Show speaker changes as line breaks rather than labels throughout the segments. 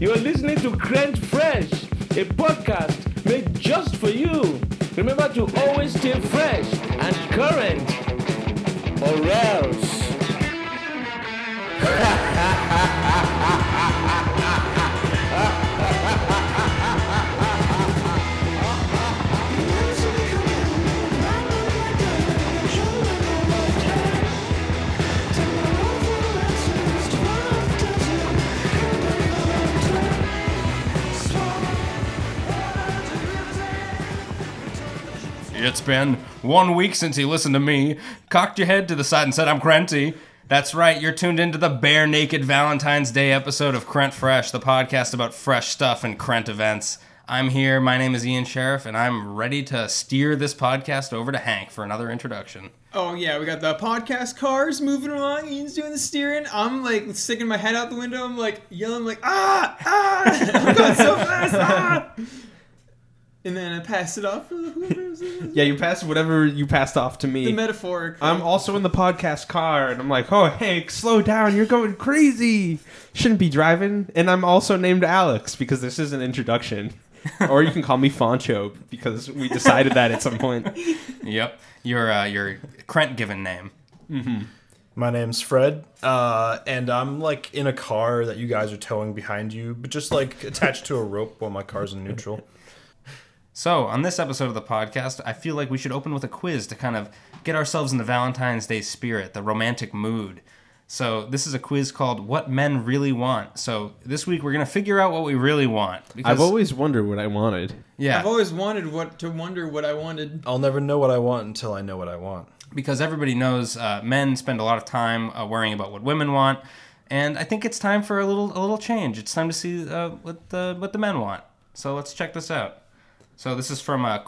You are listening to Crunch Fresh, a podcast made just for you. Remember to always stay fresh and current, or else.
It's been one week since he listened to me, cocked your head to the side and said, I'm Crenty. That's right, you're tuned into the Bare Naked Valentine's Day episode of Crent Fresh, the podcast about fresh stuff and Crent events. I'm here, my name is Ian Sheriff, and I'm ready to steer this podcast over to Hank for another introduction.
Oh yeah, we got the podcast cars moving along. Ian's doing the steering. I'm like sticking my head out the window. I'm like yelling like ah ah! I'm going so fast ah! And then I pass it off. The
Yeah, you passed whatever you passed off to me.
metaphoric.
I'm also in the podcast car, and I'm like, oh, Hank, slow down. You're going crazy. Shouldn't be driving. And I'm also named Alex because this is an introduction. or you can call me Foncho because we decided that at some point.
Yep, your, uh, your Crent given name.
My name's Fred, uh, and I'm like in a car that you guys are towing behind you, but just like attached to a rope while my car's in neutral.
So, on this episode of the podcast, I feel like we should open with a quiz to kind of get ourselves in the Valentine's Day spirit, the romantic mood. So, this is a quiz called What Men Really Want. So, this week we're going to figure out what we really want. Because,
I've always wondered what I wanted.
yeah,
I've always wanted what to wonder what I wanted.
I'll never know what I want until I know what I want.
because everybody knows uh, men spend a lot of time uh, worrying about what women want, and I think it's time for a little a little change. It's time to see uh, what the what the men want. So let's check this out. So this is from uh,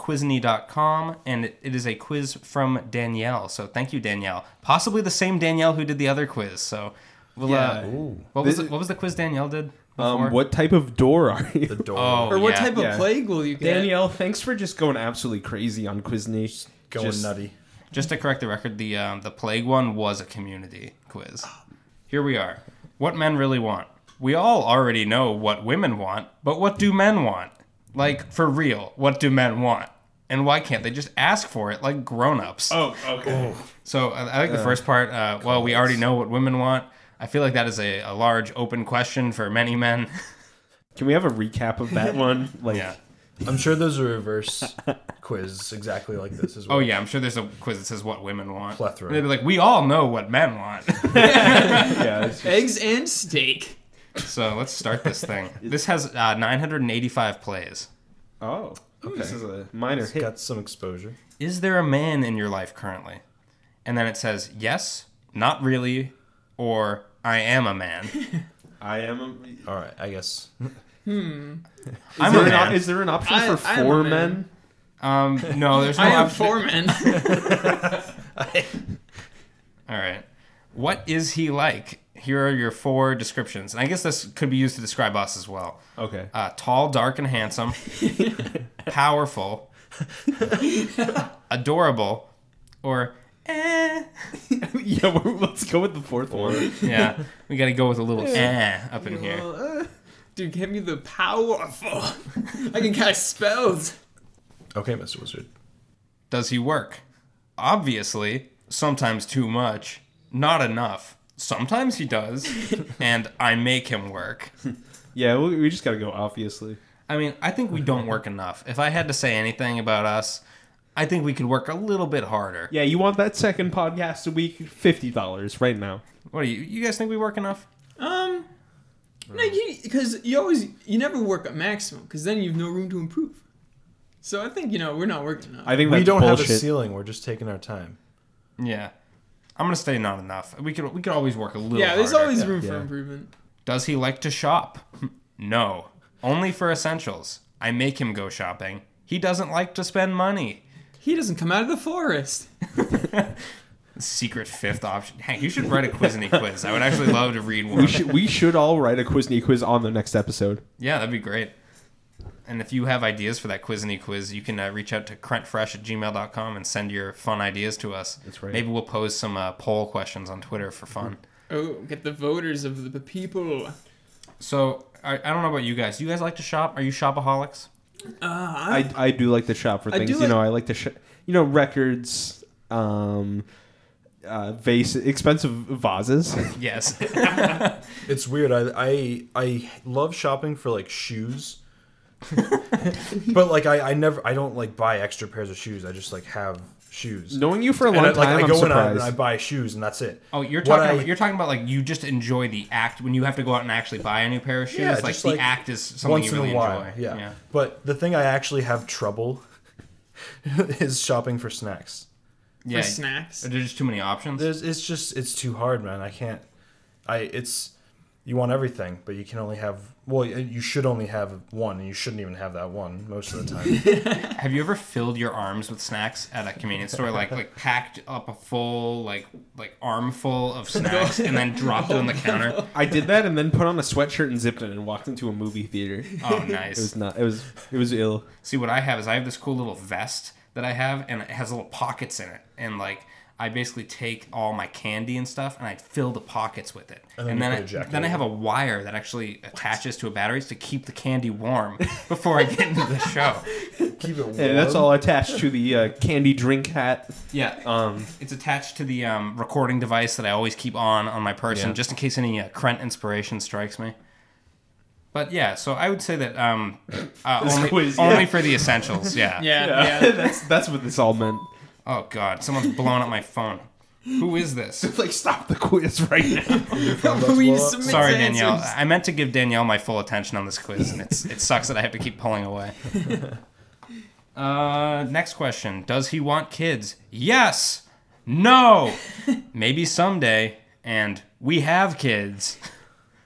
Quizny.com, and it, it is a quiz from Danielle. So thank you, Danielle. Possibly the same Danielle who did the other quiz. So we'll, uh,
Yeah.
what was
This-
the, what was the quiz Danielle did? before?
Um, what type of door are
The
you?
door.
Oh,
Or what
yeah.
type of
Yeah.
plague will you get?
Danielle, thanks for just going absolutely crazy on Quizney.
going
Just-
nutty.
Just to correct the record, the um, the plague one was a community quiz. Here we are. What men really want. We all already know what women want, but what do men want? Like for real, what do men want? And why can't they just ask for it like grown-ups?
Oh, okay.
So I, I like the first part. Uh, well, we already know what women want. I feel like that is a, a large open question for many men.
Can we have a recap of that one? Like,
yeah.
I'm sure there's a reverse quiz exactly like this as well.
Oh yeah, I'm sure there's a quiz that says what women want.
Plethora.
They'd be like, we all know what men want.
yeah, it's-
Eggs and steak.
so let's start this thing. This has uh, 985 plays.
oh, okay. This is a minor
It's
hit.
got some exposure.
is there a man in your life currently? And then it says, yes, not really, or I am a man.
I am. A,
All right, I guess.
Hmm. Is
I'm
there
a
an
man.
op- is there an option
I-
for
I am a
four
man.
men?
um, no, there's no
I am
option-
foreman.
All right. What is he like? Here are your four descriptions. And I guess this could be used to describe us as well.
Okay.
Uh, tall, dark, and handsome. powerful. adorable. Or, eh.
yeah, we're, let's go with the fourth one.
Yeah, we got to go with a little eh up in here.
Well, uh, dude, give me the powerful. I can cast spells.
Okay, Mr. Wizard.
Does he work? Obviously, sometimes too much, not enough. Sometimes he does, and I make him work.
Yeah, we, we just gotta go. Obviously,
I mean, I think we don't work enough. If I had to say anything about us, I think we could work a little bit harder.
yeah. You want that second podcast a week? Fifty dollars right now.
What do you you guys think we work enough?
Um, no, you because you always you never work at maximum because then you've no room to improve. So I think you know we're not working enough.
I think
We
that's
don't
bullshit.
have a ceiling. We're just taking our time.
Yeah. I'm going to say not enough. We could we could always work a little
yeah, there's
harder.
always room for
Yeah.
improvement.
Does he like to shop? no. Only for essentials. I make him go shopping. He doesn't like to spend money.
He doesn't come out of the forest.
secret fifth option. Hank, you should write a Quizny quiz. I would actually love to read one.
We should, we should all write a Quizney quiz on the next episode.
Yeah, that'd be great. And if you have ideas for that Quizny quiz, you can uh, reach out to crentfresh at gmail.com and send your fun ideas to us.
That's right.
Maybe we'll
Mm-hmm.
pose some uh, poll questions on Twitter for fun.
Oh, get the voters of the people.
So I, I don't know about you guys. Do you guys like to shop? Are you shopaholics?
Uh,
I, I do like to shop for
I
things.
do
You
like-
know, I like to sh- you know records, um, uh, vase, expensive vases.
Yes.
It's weird. I I I love shopping for like shoes. but like I, I never I don't like buy extra pairs of shoes. I just like have shoes.
Knowing you for a long
and I, like
time,
I
I'm
go in and
surprised.
I buy shoes and that's it.
Oh, you're
What
talking.
I-
about, you're talking about like you just enjoy the act when you have to go out and actually buy a new pair of shoes.
Yeah,
like
just,
the
like,
act is something
once
you really
in a while.
enjoy.
Yeah. But the thing I actually have trouble is shopping for snacks.
yeah.
for snacks.
Are there just too many options?
There's it's just it's too hard, man. I can't. I it's you want everything, but you can only have well, you should only have one, and you shouldn't even have that one most of the time.
Have you ever filled your arms with snacks at a convenience store, like like packed up a full like like armful of snacks and then dropped it on the counter?
I did that and then put on a sweatshirt and zipped it and walked into a movie theater.
Oh,
It was
nice.
not. It was. It was ill.
See, what I have is I have this cool little vest that I have, and it has little pockets in it, and like. I basically take all my candy and stuff, and I fill the pockets with it, and then
then you
I,
put a jacket
then I
in
have a wire that actually attaches to a battery to keep the candy warm before I get into the show.
Keep it warm.
And that's all attached to the uh, candy drink hat.
Yeah,
Um,
It's attached to the um, recording device that I always keep on on my person,
Yeah.
just in case any uh, Krent inspiration strikes me. But yeah, so I would say that um, uh,
This
only,
quiz,
only
yeah.
for the essentials. Yeah.
yeah, yeah.
that's that's what this all meant.
Oh God, someone's blowing up my phone. Who is this?
Like, stop the quiz right now.
we need
blow
to
up.
submit
Sorry,
to answers.
Danielle. I meant to give Danielle my full attention on this quiz, and it's it sucks that I have to keep pulling away. Uh, next question: Does he want kids? Yes. No. Maybe someday. And we have kids.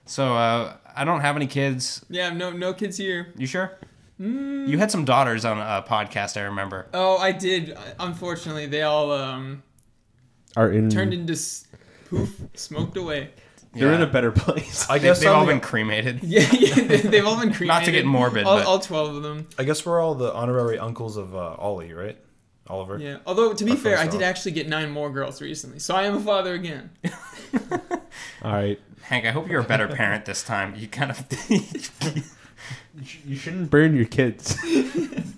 So uh, I don't have any kids.
Yeah, no, no kids here.
You sure? You had some daughters on a podcast, I remember.
Oh, I did. Unfortunately, they all um,
Are in.
turned into s- poof, smoked away.
they're in
Yeah.
a better place.
I
They,
guess
they've all
I'm the-
been cremated.
Yeah, yeah they, they've all been cremated.
Not to get morbid,
All,
but-
all twelve of them.
I guess we're all the honorary uncles of uh, Ollie, right? Oliver.
Yeah. Although to be fair, I
first
did
off.
actually get nine more girls recently, so I am a father again.
all right.
Hank, I hope you're a better parent this time. You kind of
You shouldn't burn your kids. I've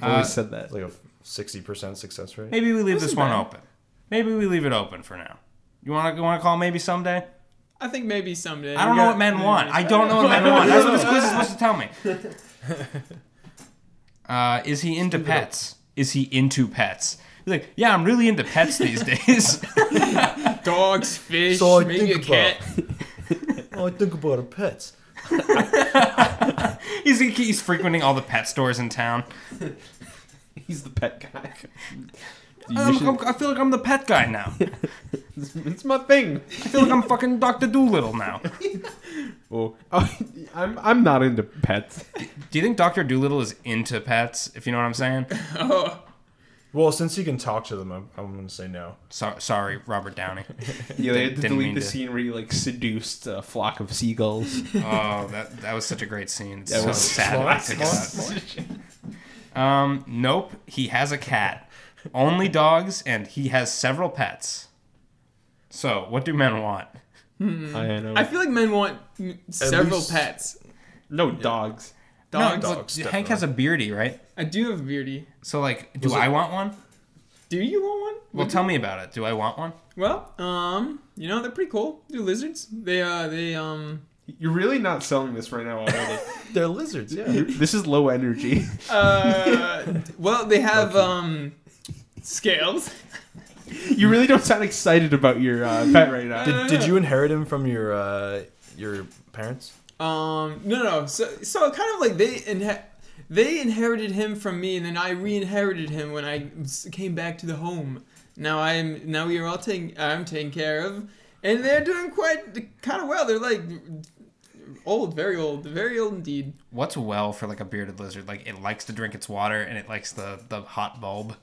always
Uh,
said that.
It's like a sixty percent success rate.
Maybe we leave
Wasn't
this one
bad.
open. Maybe we leave it open for now. You want to you want to call maybe someday?
I think maybe someday.
I don't know what men want. I don't know what men want. That's what this quiz is supposed to tell me. Uh, is he into pets? Is he into pets? He's like, yeah, I'm really into pets these days.
Dogs, fish,
So I
maybe a
think
cat.
Oh, I think about a pet.
he's he's frequenting all the pet stores in town.
He's the pet guy. You
I'm-
should-
I'm- I feel like I'm the pet guy now.
it's my thing.
I feel like I'm fucking Doctor Doolittle now.
Oh, I'm I'm not into pets.
Do you think Doctor Doolittle is into pets? If you know what I'm saying.
Oh,
Well, since you can talk to them, I'm, I'm gonna say no.
So, sorry, Robert Downey.
Yeah, they had to
Didn't mean
delete the
to.
scene where he like seduced a flock of seagulls.
Oh, that that was such a great scene. It's
That
so
was-
sad. when I think about it. Um, nope. He has a cat, only dogs, and he has several pets. So, what do men want?
I know.
I feel like men want mm, several
least-
pets.
no dogs.
Dogs.
but
Dogs,
Hank has a beardy, right?
I do have a beardy.
So, like, do I want one?
Do you want one?
Well, tell me about it. Do I want one?
Well, um, you know they're pretty cool. They're lizards. They uh, they um,
You're really not selling this right now. Already.
They're lizards. Yeah.
You're- this is low energy.
uh, well, they have um, scales.
You really don't sound excited about your uh, pet right now.
did, did you inherit him from your uh, your parents?
Um, no, no. So, so kind of like they inhe- they inherited him from me, and then I re-inherited him when I s- came back to the home. Now I'm now we are all taking I'm taken care of, and they're doing quite kind of well. They're like old, very old, very old indeed.
What's well for like a bearded lizard? Like, it likes to drink its water and it likes the the hot bulb.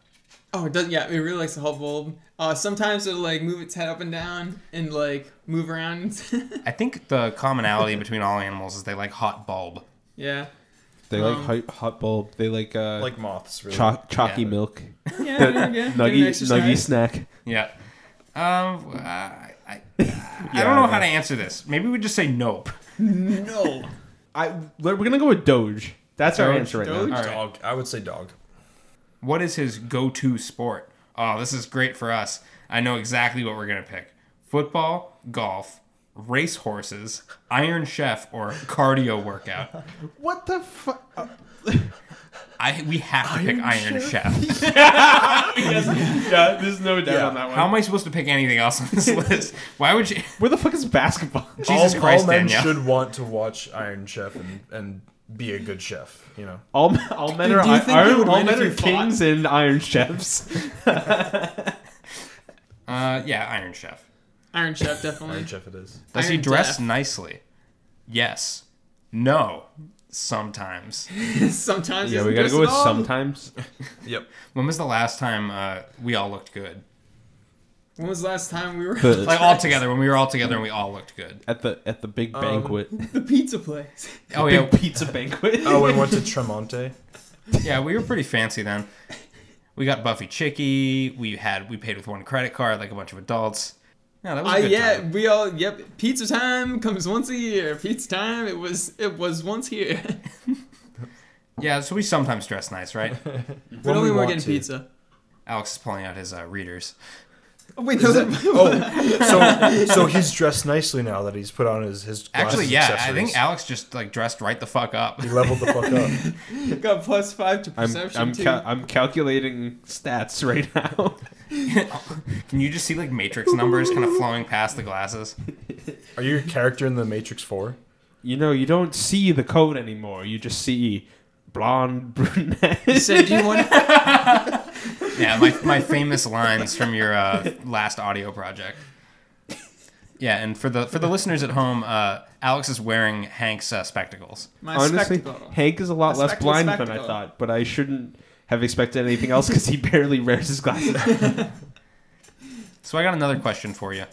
Oh, it does. Yeah, it really likes the whole bulb. Uh, sometimes it'll like move its head up and down and like move around.
I think the commonality between all animals is they like hot bulb.
yeah.
They
like Um,
hot, hot bulb. They like uh,
Like moths, really.
chalky
yeah.
milk.
Yeah. There you go. Get an exercise.
snack.
Yeah. Um, I, I, I don't know how to answer this. Maybe we just say nope.
No.
I we're gonna go with Doge. That's our
Doge,
answer right
Doge?
now.
All right.
Dog. I would say dog.
What is his go-to sport? Oh, this is great for us. I know exactly what we're gonna pick: football, golf, race horses, Iron Chef, or cardio workout.
What the oh. fuck?
I we have to pick Iron Chef.
yeah, there's no doubt
Yeah.
on that one.
How am I supposed to pick anything else on this list? Why would you?
Where the fuck is basketball?
Jesus
all,
Christ,
all men
Danielle.
should want to watch Iron Chef and, and be a good chef. You know,
Oh.
All, all men are,
Do you think
iron-
you would
all
win
men
if
are
you fought?
kings and iron chefs.
Uh, yeah, Iron Chef.
Iron Chef, definitely.
Iron Chef it is.
Does he
Iron
dress
Chef.
nicely? Yes. No. Sometimes.
Sometimes.
Yeah,
it's
we gotta
just
go with
all-
sometimes.
Yep.
When was the last time uh, we all looked good?
When was the last time we were at
The-
Like all together, when we were all together and we all looked good.
at the at the
um,
big banquet,
the pizza place?
Oh yeah,
pizza banquet.
Oh, and went to Tremonte.
yeah, we were pretty fancy then. We got Buffy Chicky. We had we paid with one credit card like a bunch of adults. No, that was
Uh,
a good
yeah,
time.
we all. Yep, pizza time comes once a year. Pizza time. It was. It was once here.
Yeah, so we sometimes dress nice, right?
but
When
only
we
we are
want
getting
to.
pizza.
Alex is pulling out his uh, readers.
Oh, wait, those are.
Oh, So so he's dressed nicely now that he's put on his his glasses
Actually, yeah, I
accessories.
think Alex just like dressed right the fuck up.
he leveled the fuck up.
got plus five to
I'm
perception
I'm,
too.
cal- I'm calculating stats right now.
Can you just see like matrix numbers kind of flowing past the glasses?
Are you a character in the Matrix Four?
you know, you don't see the code anymore. You just see blonde
He
brunette.
said, "Do you want?"
Yeah, my, my famous lines from your uh, last audio project. Yeah, and for the for the listeners at home, uh, Alex is wearing Hank's uh, spectacles.
My
Honestly,
spectacle.
Hank is a lot
A
less
spectacle,
blind than I
spectacle.
thought, but I shouldn't have expected anything else because he barely wears his glasses.
So I got another question for you.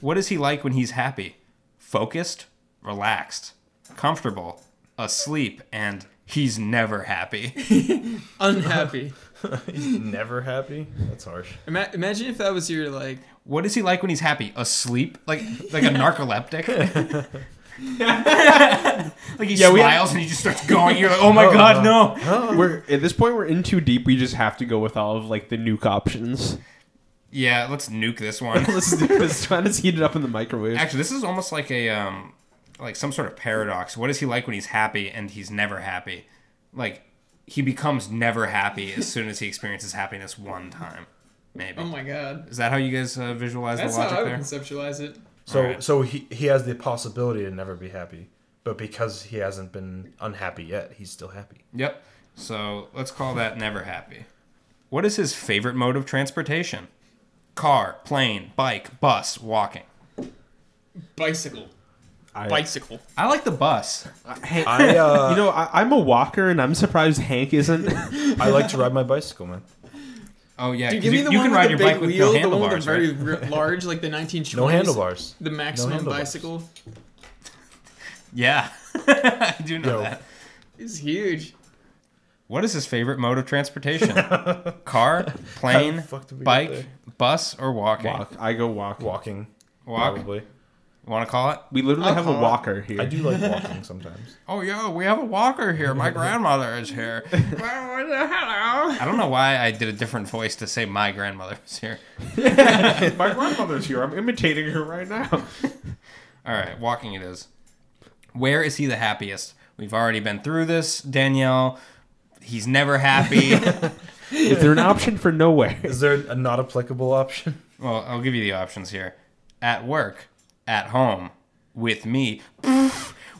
What is he like when he's happy? Focused, relaxed, comfortable, asleep, and he's never happy.
Unhappy.
He's never happy. That's harsh.
Ima- imagine if that was your like.
What is he like when he's happy? Asleep, like like a narcoleptic. like he
Yeah, we
smiles and he just starts going. You're like, oh my god, no.
we're at this point we're in too deep. We just have to go with all of like the nuke options.
Yeah, let's nuke this one.
Let's do this. one. Let's heat it up in the microwave.
Actually, this is almost like a um, like some sort of paradox. What is he like when he's happy and he's never happy? Like he becomes never happy as soon as he experiences happiness one time. Maybe
Oh my god.
is that how you guys uh, visualize
That's
the
how I
logic
would
there?
conceptualize it.
So
Alright.
so he he has the possibility to never be happy, but because he hasn't been unhappy yet, he's still happy.
Yep. So let's call that never happy. What is his favorite mode of transportation? Car, plane, bike, bus, walking.
Bicycle.
I-
Bicycle.
I like the bus.
Hank-
I uh,
you know, I, I'm a walker, and I'm surprised Hank isn't.
I like to ride my bicycle, man.
Oh yeah,
Dude,
'cause
give me
you,
the
you
one
can
with
ride
the
your
big
bike with
wheel,
no
the one with the
handlebars,
very
right?
r- large, like the 1920s.
No handlebars.
The maximum
handlebars.
bicycle
Yeah, I do know
Yo.
that.
is huge.
What is his favorite mode of transportation? Car, plane,
fuck did we get there?
bike, bus, or walking?
Walk. I go walk.
Walking,
Walk.
probably.
Want to call it?
We literally
I'll
have a
call it.
walker here.
I do like walking sometimes.
Oh yo, we have a walker here. My grandmother is here.
Hello.
I don't know why I did a different voice to say my grandmother is here.
My grandmother's here. I'm imitating her right now.
All right, walking it is. Where is he the happiest? We've already been through this, Danielle. He's never happy.
Is there an option for nowhere?
Is there a not applicable option?
well, I'll give you the options here. At work, at home, with me,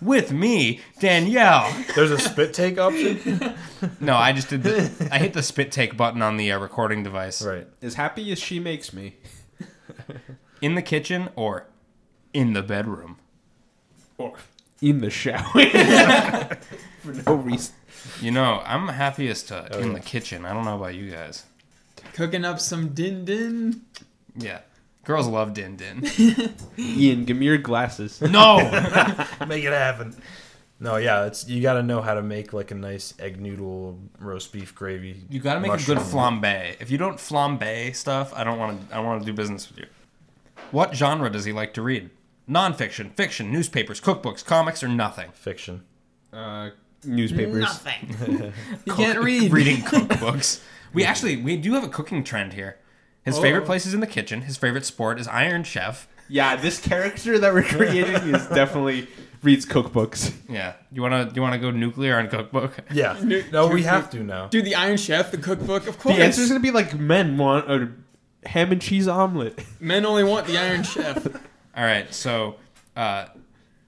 with me, Danielle.
There's a spit take option.
No, I just did the I hit the spit take button on the uh, recording device.
Right.
As happy as she makes me,
In the kitchen or in the bedroom.
or in the shower for no reason.
You know, I'm happiest uh, in the kitchen. I don't know about you guys.
Cooking up some din din.
Yeah. Girls love din din.
Ian, give me your glasses.
No.
Make it happen. No, yeah, it's you got to know how to make like a nice egg noodle, roast beef gravy.
You gotta make a good
mushroom.
flambe. If you don't flambe stuff, I don't want to. I want to do business with you. What genre does he like to read? Nonfiction, fiction, newspapers, cookbooks, comics, or nothing.
Fiction.
Uh, newspapers.
Nothing. you
Cook-
can't read.
Reading cookbooks. we actually we do have a cooking trend here. His favorite place is in the kitchen. His favorite sport is Iron Chef.
Yeah, this character that we're creating is definitely reads cookbooks.
Yeah. You wanna you wanna go nuclear on cookbook?
Yeah. No, we have to now.
Dude, the Iron Chef, the cookbook, of
The
course.
answer's gonna be like men want a ham and cheese omelet.
Men only want the Iron Chef.
All right, so uh,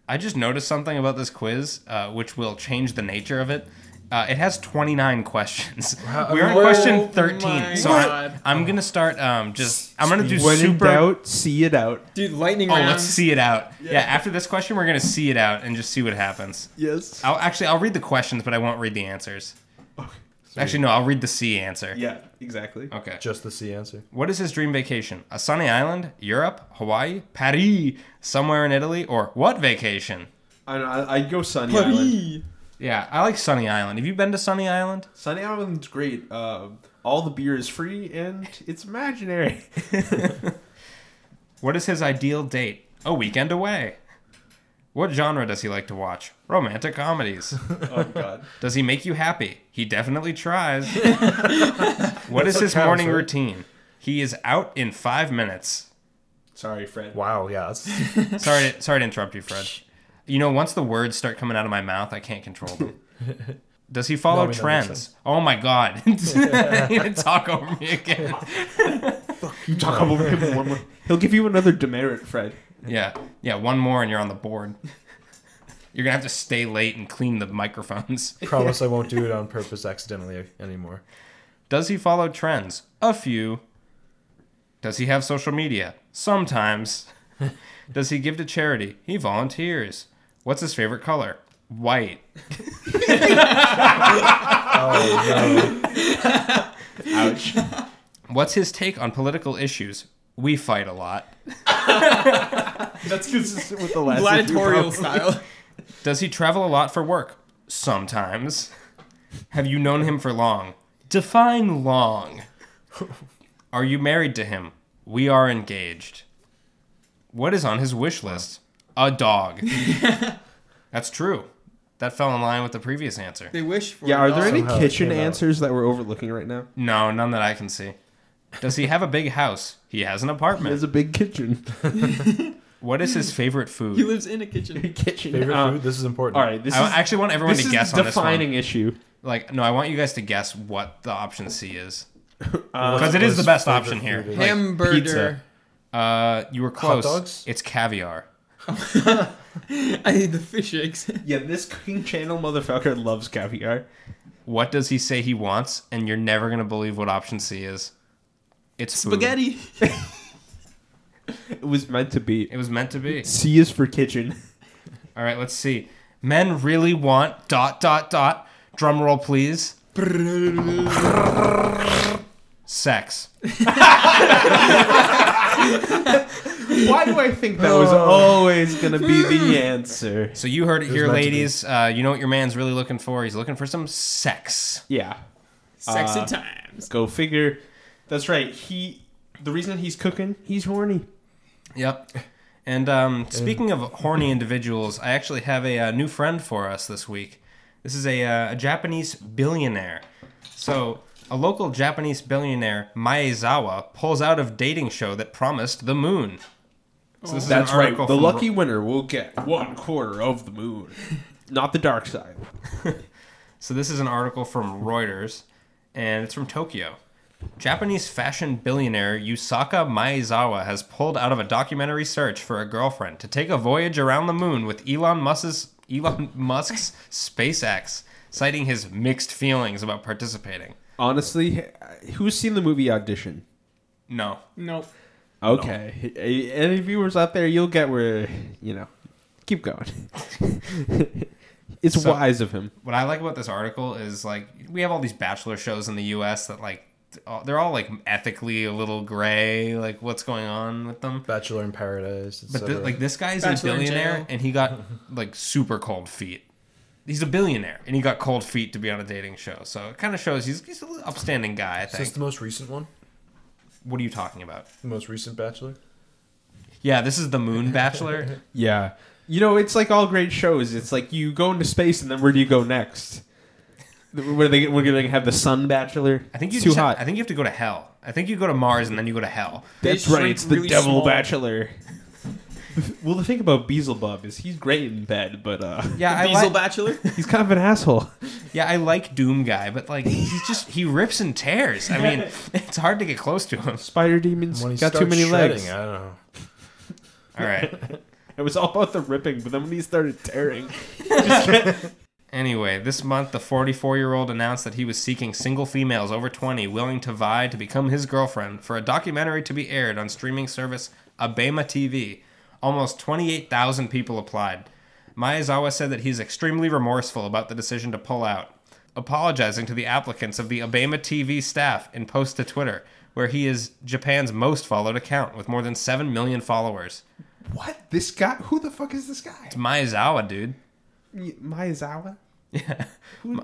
I just noticed something about this quiz, uh, which will change the nature of it. Uh, it has 29 questions. We're on
Whoa,
question
my
13, so
God.
I, I'm gonna start. Um, just I'm gonna do
when in
super.
doubt, see it out.
Dude, lightning
oh,
round.
let's see it out. Yeah. after this question, we're gonna see it out and just see what happens.
Yes.
I'll actually I'll read the questions, but I won't read the answers. Actually, no, I'll read the C answer.
Yeah, exactly.
Okay.
Just the C answer.
What is his dream vacation? A sunny island, Europe, Hawaii, Paris, somewhere in Italy, or what vacation?
I, I, I'd go Sunny Island.
Paris.
Yeah, I like Sunny Island. Have you been to Sunny Island?
Sunny Island's great. Uh, all the beer is free and it's imaginary.
What is his ideal date? A weekend away. What genre does he like to watch? Romantic comedies.
oh God.
does he make you happy? He definitely tries. what is his
counts,
morning
right?
routine? He is out in five minutes.
Sorry, Fred.
Wow. Yeah. That's,
Sorry, to, sorry to interrupt you, Fred. You know, once the words start coming out of my mouth, I can't control them. Does he follow
No, we know that makes
trends? Oh my god! You're gonna talk over me again.
You talk over him one more. He'll give you another demerit, Fred.
Yeah, yeah. One more, and you're on the board. You're gonna have to stay late and clean the microphones.
promise I won't do it on purpose accidentally anymore.
Does he follow trends? A few. Does he have social media? Sometimes. Does he give to charity? He volunteers. What's his favorite color? White.
Ouch.
What's his take on political issues? We fight a lot.
That's consistent with the last.
Gladiatorial style.
Does he travel a lot for work? Sometimes. Have you known him for long? Define long. Are you married to him? We are engaged. What is on his wish list? A dog. That's true. That fell in line with the previous answer.
They wish for
Yeah,
it
are there
all.
any
Somehow it
kitchen
came out.
answers that we're overlooking right now?
No, none that I can see. Does he have a big house? He has an
He has
apartment.
a big kitchen.
What is his favorite
He
food?
lives in a kitchen.
kitchen. Uh,
Favorite
Uh,
food. This is important.
All right, this
I
is
actually want everyone
this
to
is
guess on this one.
defining issue.
Like, no, I want you guys to guess what the option C is.
Well,
uh, 'Cause it
what
is the
his
best
favorite
option here.
food is.
Like,
Hamburger.
pizza. Uh, you were close.
dogs?
It's caviar.
I eat the fish eggs.
Yeah, this cooking channel motherfucker loves caviar.
What does he say he wants? And you're never gonna believe what option C is. It's food.
Spaghetti.
It was meant to be.
It was meant to be.
C is for kitchen.
All right, let's see. Men really want dot dot dot. Drum roll, please. Sex.
Why do I think that was always gonna be the answer?
So you heard it, here,
meant to be.
ladies. Uh, you know what your man's really looking for? He's looking for some sex.
Yeah,
Sexy
Uh,
times.
go figure. That's right. He. The reason he's cooking, he's horny.
Yep. And um, speaking of horny individuals, I actually have a, uh new friend for us this week. This is a, uh, a Japanese billionaire. So, a local Japanese billionaire, Maezawa, pulls out of dating show that promised the moon. So this is an article
The
from-
lucky winner will get one quarter of the moon, not the dark side.
So this is an article from Reuters, and it's from Tokyo. Japanese fashion billionaire Yusaka Maezawa has pulled out of a documentary search for a girlfriend to take a voyage around the moon with Elon Musk's Elon Musk's SpaceX, citing his mixed feelings about participating.
Honestly, uh, who's seen the movie Audition?
No,
Nope.
Okay. A- Any viewers out there, you'll get where, you know, keep going. it's
So-
wise of him.
what I like about this article is like we have all these bachelor shows in the U.S. that like th- all- they're all like ethically a little gray. Like what's going on with them?
Bachelor in Paradise.
But
etc.
thi- like this guy's
Bachelor
a
in
billionaire,
jail.
and he got like super cold feet. He's a billionaire, and he got cold feet to be on a dating show. So it kind of shows he's he's an upstanding guy. I
Is this
think.
the most recent one?
What are you talking about?
The most recent Bachelor?
Yeah, this is the Moon Bachelor.
Yeah. You know, it's like all great shows. It's like you go into space, and then where do you go next? Where they we're gonna have the Sun Bachelor?
I think you
it's too
just
hot.
Have, I think you have to go to hell. I think you go to Mars and then you go to hell.
They
That's
just
right.
drink
It's the
really
Devil
small-
Bachelor. well, the thing about Beelzebub is he's great in bed, but uh,
Yeah, I
Diesel
like
Bachelor.
he's kind of an asshole.
yeah I like Doom Guy, but like he's just he rips and tears. I mean, it's hard to get close to him.
Spider demons
When he
got too
starts
many
shredding,
legs.
I don't know.
All right.
It was all about the ripping, but then when he started tearing,
Anyway, this month the 44-year-old announced that he was seeking single females over 20 willing to vie to become his girlfriend for a documentary to be aired on streaming service Abema TV. Almost 28,000 people applied. Maezawa said that he's extremely remorseful about the decision to pull out, apologizing to the applicants of the Abema TV staff in posts to Twitter, where he is Japan's most followed account with more than 7 million followers.
what? This guy? Who the fuck is this guy?
Maezawa, dude.
Y- Maezawa?
Yeah.
Who,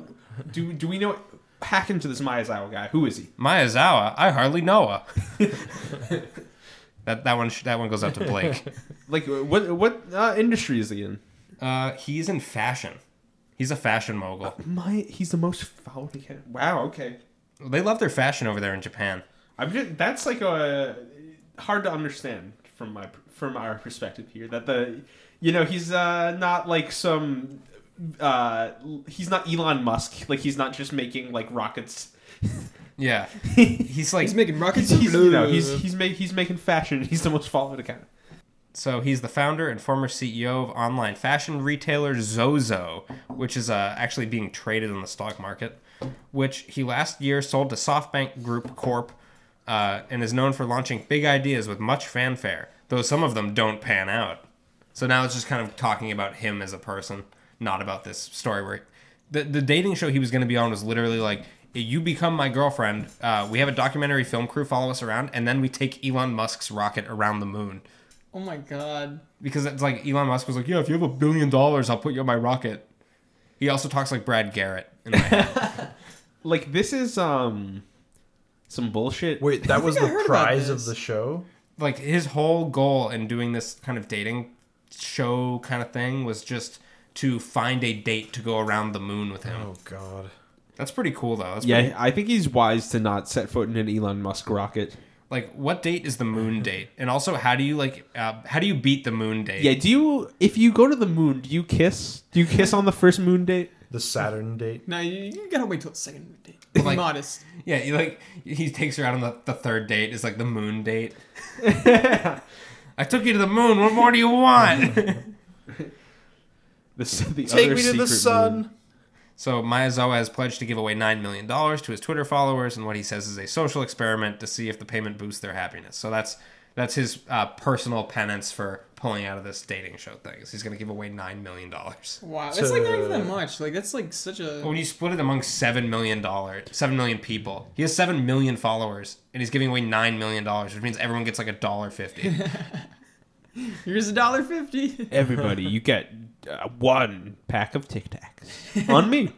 do do we know? Hack into this Maezawa guy. Who is he?
Miyazawa, I hardly know her. that that one sh- that one goes out to Blake.
Like what what uh, industry is he in?
Uh, he's in fashion. He's a fashion mogul.
My he's the most fouled. Wow. Okay.
They love their fashion over there in Japan.
I'm just, that's like a hard to understand from my from our perspective here that the you know he's uh, not like some uh, he's not Elon Musk like he's not just making like rockets
Yeah, he's like
He's making rockets.
he's, he's you know he's he's, make, he's making fashion he's the most followed account
so he's the founder and former CEO of online fashion retailer Zozo, which is uh, actually being traded on the stock market. Which he last year sold to SoftBank Group Corp. Uh, and is known for launching big ideas with much fanfare, though some of them don't pan out. So now it's just kind of talking about him as a person, not about this story where the the dating show he was going to be on was literally like you become my girlfriend. Uh, we have a documentary film crew follow us around, and then we take Elon Musk's rocket around the moon
Oh my god.
because it's like Elon Musk was like, yeah, if you have a billion dollars, I'll put you on my rocket. He also talks like Brad Garrett. In my head.
like this is um some bullshit
Wait, that was
I
the
heard about
prize of
this.
the show.
like his whole goal in doing this kind of dating show kind of thing was just to find a date to go around the moon with him.
Oh God.
That's pretty cool though. That's pretty-
yeah I think he's wise to not set foot in an Elon Musk rocket
like what date is the moon date? And also how do you like uh, how do you beat the moon date?
yeah do you if you go to the moon do you kiss do you kiss on the first moon date
The Saturn date.
No, you, you gotta wait till the second date.
Like-
Be modest.
Yeah, you like he takes her out on the, the third date is like the moon date. I took you to the moon. What more do you want?
The, s- the
Take
other
me to
secret
the sun.
moon.
So Miyazawa has pledged to give away $9 million to his Twitter followers and what he says is a social experiment to see if the payment boosts their happiness. So that's that's his uh, personal penance for pulling out of this dating show thing. is He's going to give away $9 million.
Wow, that's like not even
So-
that much. Like that's like such a.
Oh.
When you split it among $7 million, 7 million people, he has 7 million followers and he's giving away $9 million, which means everyone gets like a dollar fifty.
Here's a dollar fifty.
Everybody, you get uh, one pack of Tic Tacs on me.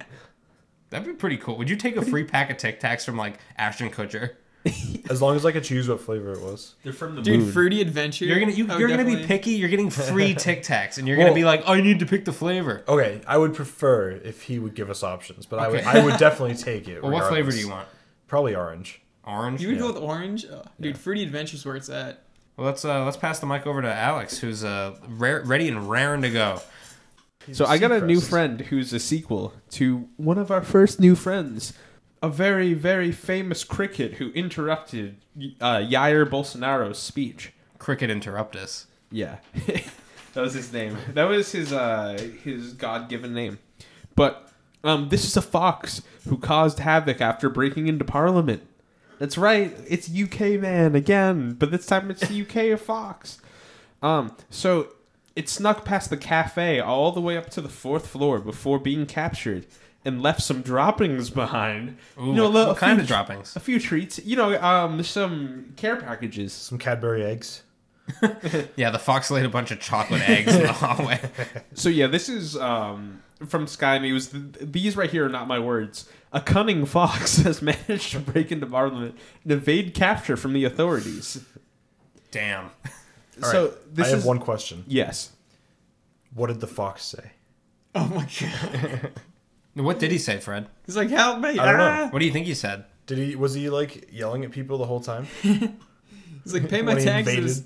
That'd be pretty cool. Would you take a free pack of Tic Tacs from like Ashton Kutcher?
As long as I could choose what flavor it was.
They're from the
Dude, fruity adventure.
You're gonna you,
I would
you're gonna be
Oh, definitely-
picky. You're getting free Tic Tacs, and you're
Well-
gonna be like, I need to pick the flavor.
Okay, I would prefer if he would give us options, but I would
Okay.
I would definitely take it.
Well, what flavor
regardless.
do you want?
Probably orange.
Orange.
You would go with orange, oh, dude. Fruity adventure's where it's at.
Well, let's uh, let's pass the mic over to Alex, who's uh, rare, ready and raring to go.
So I got a new
Seacrest.
friend who's a sequel to one of our first new friends, a very very famous cricket who interrupted uh, Yair Bolsonaro's speech.
Cricket interrupt us.
Yeah, that was his name. That was his uh, his God given name. But um, this is a fox who caused havoc after breaking into Parliament. That's right, it's UK man again, but this time it's the UK fox. Um, so it snuck past the cafe all the way up to the fourth floor before being captured and left some droppings behind.
Ooh,
know,
what,
lo-
what
a
kind
few-
of droppings?
A few treats, you know, um, some care packages.
Some Cadbury eggs.
Yeah, the fox laid a bunch of chocolate eggs in the hallway.
So yeah, this is um, from Sky News. Th- These right here are not my words. A cunning fox has managed to break into Parliament and evade capture from the authorities.
Damn.
All
so
right,
this
I have
is
one question.
yes.
What did the fox say?
Oh my god.
What did he say, Fred?
He's like, help me.
I don't know.
ah."
What do you think he said?
Did he was he like yelling at people the whole time?
He's like, pay my
when he
taxes.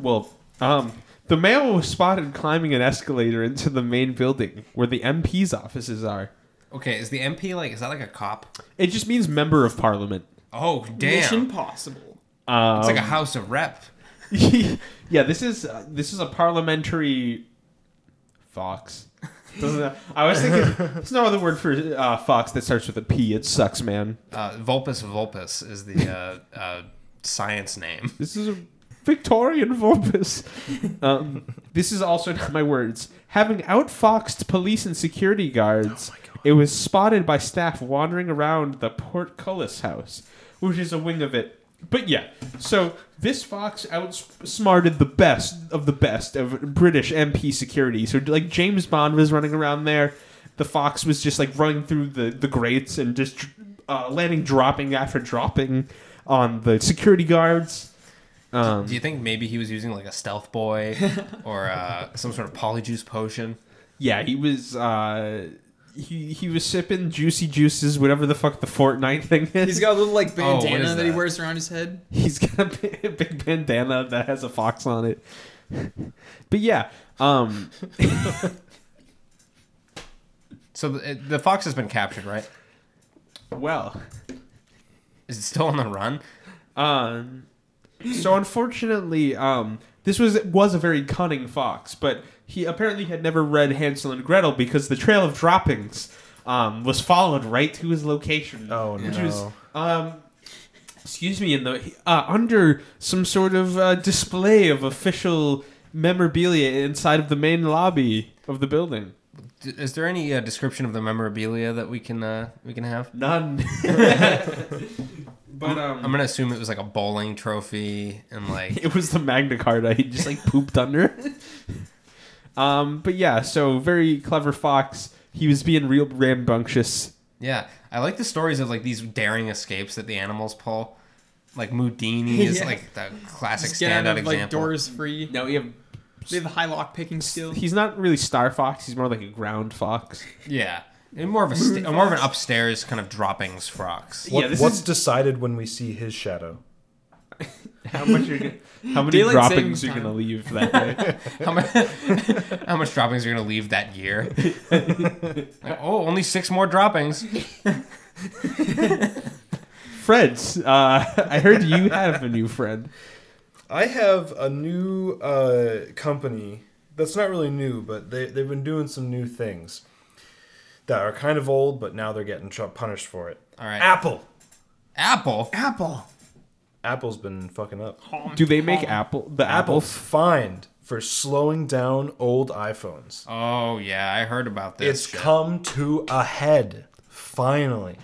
Well, um, the male was spotted climbing an escalator into the main building where the MP's offices are.
Okay, is the MP like? Is that like a cop?
It just means member of parliament.
Oh
Mission
damn!
possible.
Um,
It's like a House of Rep.
yeah, this is uh, this is a parliamentary fox. Doesn't that- I was thinking there's no other word for uh, fox that starts with a P. It sucks, man.
Uh, Vulpus vulpus is the uh, uh, science name.
This is a Victorian vulpus. Um, this is also not my words. Having outfoxed police and security guards, it was spotted by staff wandering around the portcullis house, which is a wing of it. But yeah, so this fox outsmarted the best of the best of British MP security. So like James Bond was running around there, the fox was just like running through the the grates and just uh, landing dropping after dropping on the security guards. Um,
Do you think maybe he was using like a stealth boy or uh, some sort of polyjuice potion?
Yeah, he was uh he he was sipping juicy juices, whatever the fuck the Fortnite thing is.
He's got a little like
Oh, what
bandana
is
that? he
that?
wears around his head.
He's got a bi- a big bandana that has a fox on it. But yeah, um
So the, the fox has been captured, right?
well,
Is it still on the run?
um so unfortunately, um this was was a very cunning fox, but he apparently had never read Hansel and Gretel because the trail of droppings um was followed right to his location.
Oh
which
no.
was um excuse me in the uh, under some sort of uh, display of official memorabilia inside of the main lobby of the building
D- Is there any uh, description of the memorabilia that we can uh, we can have?
none but um
I'm gonna assume it was like a bowling trophy and like
it was the magna carta he just like pooped under um but yeah so very clever fox he was being real rambunctious
yeah. I like the stories of like these daring escapes that the animals pull. Like Mudini is
Yeah.
like the classic
Just get out
standout
of like
example.
doors free.
no he
They have a high lock picking skill.
he's not really star fox he's more like a ground fox
Yeah, and more of a st- more of an upstairs kind of droppings fox.
yeah
What-
this
what's
is
decided when we see his shadow?
how much you're gonna, how many
Daylight
droppings
savings
you're
time.
gonna leave that day
How much, how much droppings are you gonna leave that year? Like, oh, only six more droppings.
Friends, uh, I heard you have a new friend.
I have a new uh, company that's not really new, but they, they've been doing some new things that are kind of old, but now they're getting tr- punished for it.
All right,
Apple.
Apple.
Apple.
Apple's been fucking up.
Oh.
Do they make apple the
Apple's
apples?
fined for slowing down old iPhones.
Oh yeah, I heard about this.
It's come to a head. Finally.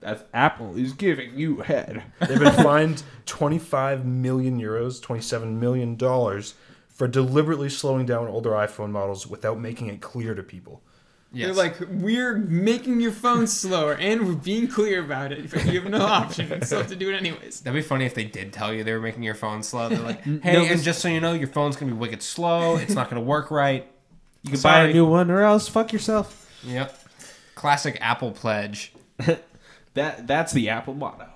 That's Apple is giving you head.
They've been fined 25 million euros, 27 million dollars for deliberately slowing down older iPhone models without making it clear to people.
Yes.
They're like, we're making your phone slower, and we're being clear about it. But you have no option, so you have to do it anyways.
That'd be funny if they did tell you they were making your phone slow. They're like, hey,
no,
and just so you know, your phone's gonna be wicked slow. It's not gonna work right.
You can buy
Sorry.
a new one or else fuck yourself.
Yep. Classic Apple pledge.
That that's the Apple motto.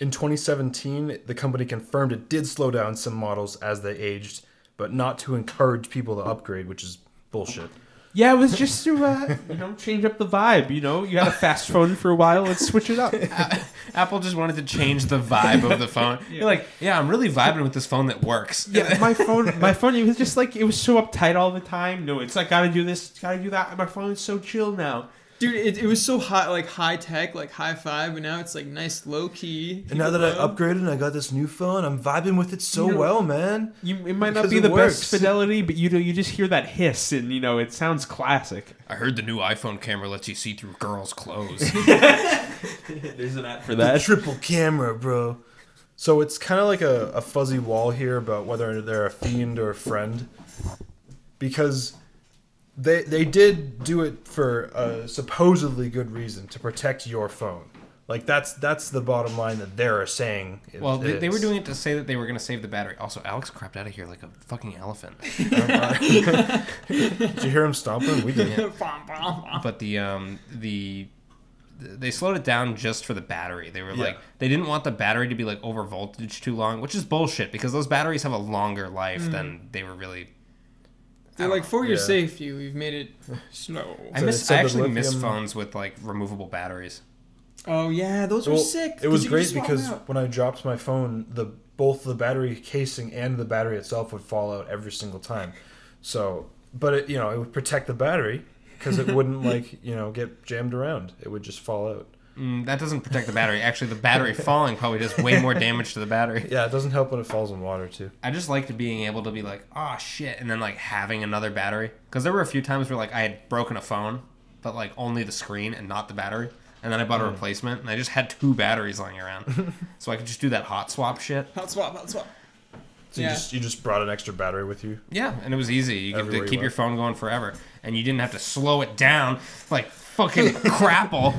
In 2017, the company confirmed it did slow down some models as they aged, but not to encourage people to upgrade, which is bullshit.
Yeah, it was just to uh, you know change up the vibe. You know, you had a fast phone for a while. Let's switch it up.
Apple just wanted to change the vibe of the phone. You're like, yeah, I'm really vibing with this phone that works.
Yeah, my phone, my phone. It was just like it was so uptight all the time. No, it's like gotta do this, it's gotta do that. My phone's so chill now.
Dude, it, it was so high, like high tech, like high five, but now it's like nice low key.
And now that I upgraded and I got this new phone, I'm vibing with it so
You know-
well, man.
You, it might not
Because
be
it
the
works.
best fidelity, but you know you just hear that hiss, and you know it sounds classic.
I heard the new iPhone camera lets you see through girls' clothes.
There's an app for
The triple camera, bro. So it's kind of like a, a fuzzy wall here about whether they're a fiend or a friend, because they they did do it for a supposedly good reason to protect your phone. Like that's that's the bottom line that they're saying. it
Well, they, they were
is.
doing it to say that they were going to save the battery. Also, Alex crept out of here like a fucking elephant.
Did you hear him stomping? We did.
Bom, bom, bom.
but the um the they slowed it down just for the battery. They were
Yeah.
like they didn't want the battery to be like over voltage too long, which is bullshit because those batteries have a longer life than
Mm.
they were really.
They're like, for your
Yeah.
safety, we've made it slow.
I
So
miss
instead
I
of
actually miss
lithium-
phones with like removable batteries.
Oh yeah, those were
Well,
sick.
It was
'cause you could
great
just swap 'em
because
out.
when I dropped my phone, the both the battery casing and the battery itself would fall out every single time. So, but it, you know, it would protect the battery because it wouldn't like you know get jammed around. It would just fall out.
Mm, that doesn't protect the battery. Actually, the battery falling probably does way more damage to the battery.
Yeah, it doesn't help when it falls in water too.
I just liked being able to be like, oh shit, and then like having another battery. Because there were a few times where like I had broken a phone, but like only the screen and not the battery. And then I bought
Hmm.
a replacement, and I just had two batteries lying around, so I could just do that hot swap shit.
hot swap, hot swap.
So
Yeah.
you just you just brought an extra battery with you.
Yeah, and it was easy. You could
Everywhere you
keep your
went.
phone going forever, and you didn't have to slow it down like fucking crapple.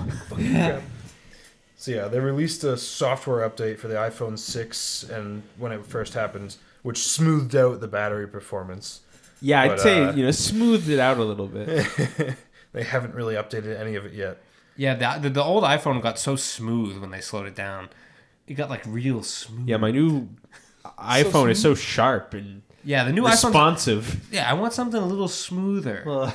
So yeah, they released a software update for the iPhone 6 and when it first happened, which smoothed out the battery performance.
Yeah, I'd
But,
say
uh,
you know smoothed it out a little bit.
They haven't really updated any of it yet.
Yeah, the, the the old iPhone got so smooth when they slowed it down. It got like real smooth.
yeah, my new iPhone is so sharp and
Yeah, the new iPhone.
responsive.
Yeah, I want something a little smoother.
uh,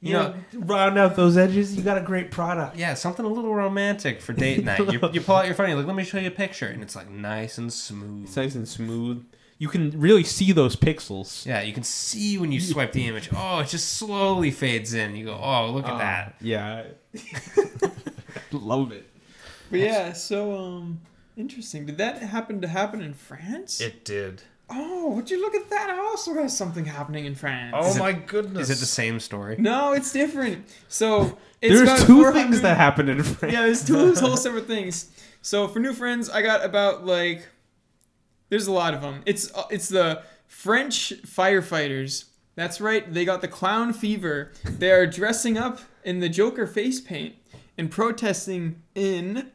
you
know,
round out those edges. You got a great product.
Yeah, something a little romantic for date night. You, you pull out your phone, you're like, let me show you a picture. And it's like nice and smooth.
It's nice and smooth. You can really see those pixels.
yeah, you can see when you swipe the image. Oh, it just slowly fades in. You go, oh, look at
Uh,
that.
Yeah, love it.
But yeah, so um, interesting. Did that happen to happen in France?
It did.
oh, would you look at that? I also got something happening in France.
Oh
Is it-
my goodness.
Is it the same story?
No, it's different. So it's
There's
got
two
400
things that happened in France.
Yeah, there's two whole separate things. So for new friends, I got about like there's a lot of them. It's uh, it's the French firefighters. That's right. They got the clown fever. They are dressing up in the Joker face paint and protesting in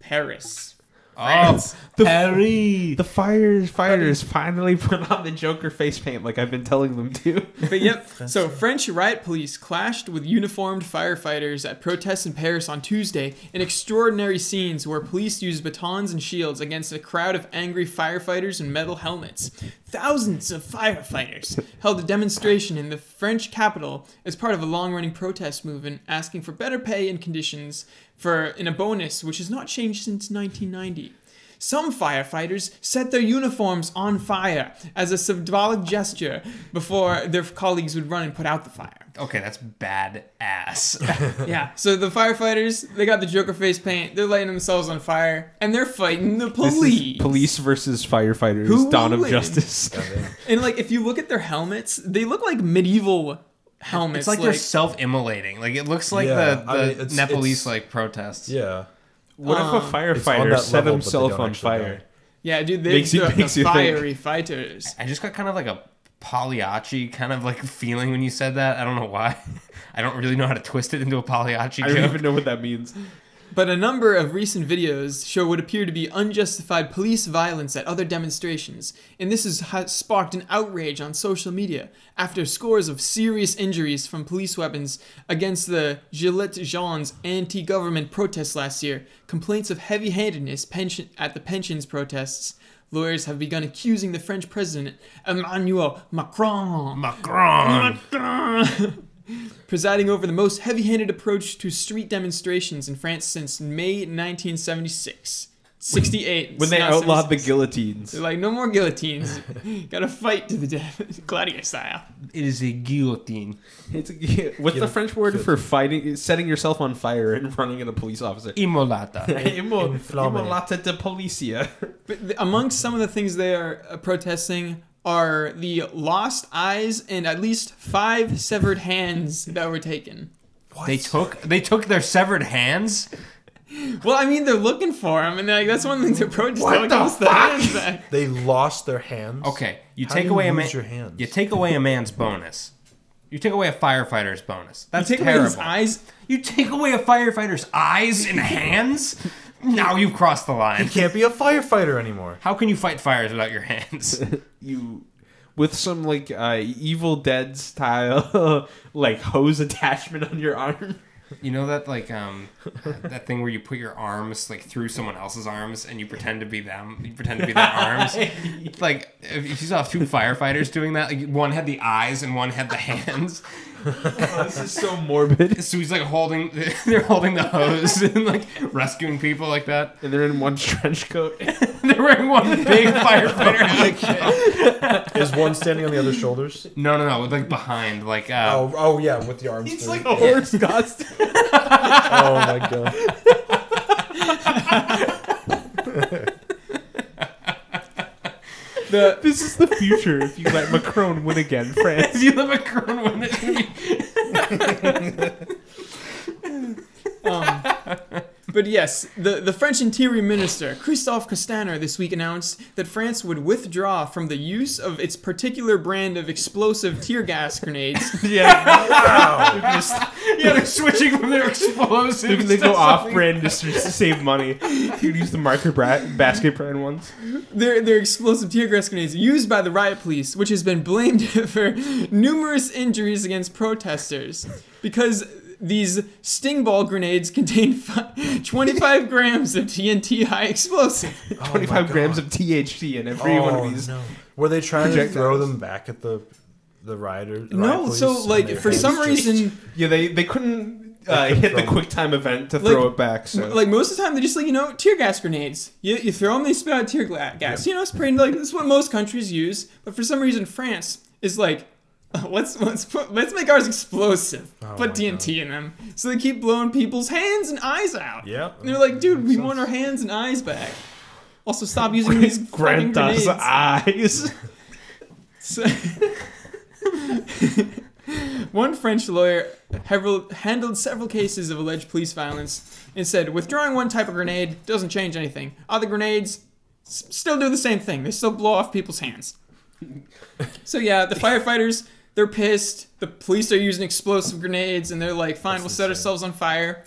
Paris. France.
Oh,
The-
Paris.
The firefighters finally put on the Joker face paint like I've been telling them to.
But yep. so French riot police clashed with uniformed firefighters at protests in Paris on Tuesday in extraordinary scenes where police used batons and shields against a crowd of angry firefighters in metal helmets. Thousands of firefighters held a demonstration in the French capital as part of a long-running protest movement asking for better pay and conditions for in a bonus which has not changed since 1990. Some firefighters set their uniforms on fire as a symbolic gesture before their colleagues would run and put out the fire.
Okay, that's bad ass.
Yeah. So the firefighters, they got the Joker face paint, they're lighting themselves on fire, and they're fighting the
This is
police.
police versus firefighters.
Who will
Dawn of
win?
Justice.
And like if you look at their helmets, they look like medieval helmets.
It's like, they're self-immolating. Like it looks like the,
Yeah,
the
I mean, it's-
Nepalese
it's-
like protests.
Yeah.
What if a
on
firefighter
that
set
level, but they
himself
don't
on
actually
fire?
die.
yeah, dude, they're
Makes you-
the, the
makes you think.
fiery fighters.
I just got kind of like a Pagliacci kind of like feeling when you said that. I don't know why. I don't really know how to twist it into a Pagliacci
I
joke.
don't even know what that means.
But a number of recent videos show what appear to be unjustified police violence at other demonstrations, and this has ha- sparked an outrage on social media after scores of serious injuries from police weapons against the Gillette Jean's anti government protests last year, complaints of heavy handedness pension- at the pensions protests. Lawyers have begun accusing the French president, Emmanuel Macron,
Macron.
presiding over the most heavy handed approach to street demonstrations in France since May 1976. 68.
When they
not
outlawed the
76.
guillotines.
They're like, no more guillotines. Gotta fight to the death. Gladiator style.
It is a guillotine.
It's a gu- What's the French word for fighting? Setting yourself on fire and running at a police officer.
E- Immolata.
Immo-
Inflammé.
Immolata de policia.
But th- amongst some of the things they are uh, protesting are the lost eyes and at least five severed hands that were taken.
they took they took their severed hands.
Well, I mean, they're looking for them, and like, that's one thing they're protesting. Don't
What the
give us
fuck?
hands back.
They lost their hands.
Okay, you
How
take
do you
away a
lose
man.
your hands?
You take away a man's bonus. You take away a firefighter's bonus. That's
Take away
terrible.
his eyes
You take away a firefighter's eyes and hands. Now you've crossed the line.
He can't be a firefighter anymore.
How can you fight fires without your hands?
you with some like uh, Evil Dead style like hose attachment on your arm.
You know that like um that thing where you put your arms like through someone else's arms and you pretend to be them. You pretend to be their arms. Like if you saw two firefighters doing that, like one had the eyes and one had the hands.
Oh, this is so morbid.
So he's like holding they're holding the hose and like rescuing people like that.
And they're in one trench coat.
They're wearing one big firefighter outfit.
Is one standing on the other's shoulders?
No, no, no, like behind like uh
Oh, oh yeah, with the arms.
It's
through.
like a horse costume.
oh my god.
The- this is the future if you let Macron win again,
if
France.
you live a current one, it's gonna be
Um, but yes, the, the French Interior Minister, Christophe Castaner, this week announced that France would withdraw from the use of its particular brand of explosive tear gas grenades.
yeah.
Wow.
Yeah, they're switching from their
If
explosives.
they
to
go off
something-
brand just to save money. You'd use the marker bra- basket brand ones.
they're, they're explosive tear gas grenades used by the riot police, which has been blamed for numerous injuries against protesters because these sting ball grenades contain fi- 25 grams of TNT high explosive.
Oh my
25 grams
God. Oh,
of THC in every one of these.
no. Were they trying to
projectiles.
throw them back at the the rioters? riot
No,
police
so
and
like
their
for
hands
some
just-
reason
Yeah, they, they couldn't uh,
couldn't
hit the
throw 'em.
quick time event to
Like-
throw it back. So
Like most of the time, they're just like you know tear gas grenades. You, you throw them, they spit out tear gla- gas. You know, spraying like that's what most countries use. But for some reason, France is like, "Uh, let's let's put let's make ours explosive.
Oh my
put TNT in them. So they keep blowing people's hands and eyes out.
Yeah,
And they're like, dude, we
makes
want our
sense.
hands and eyes back. Also, stop using these fucking
Grandpa's
grenades.
eyes.
So- One French lawyer hevel- handled several cases of alleged police violence and said withdrawing one type of grenade doesn't change anything. Other grenades s- still do the same thing, they still blow off people's hands. so, yeah, the firefighters, they're pissed. The police are using explosive grenades and they're like, fine, we'll set
insane.
ourselves on fire.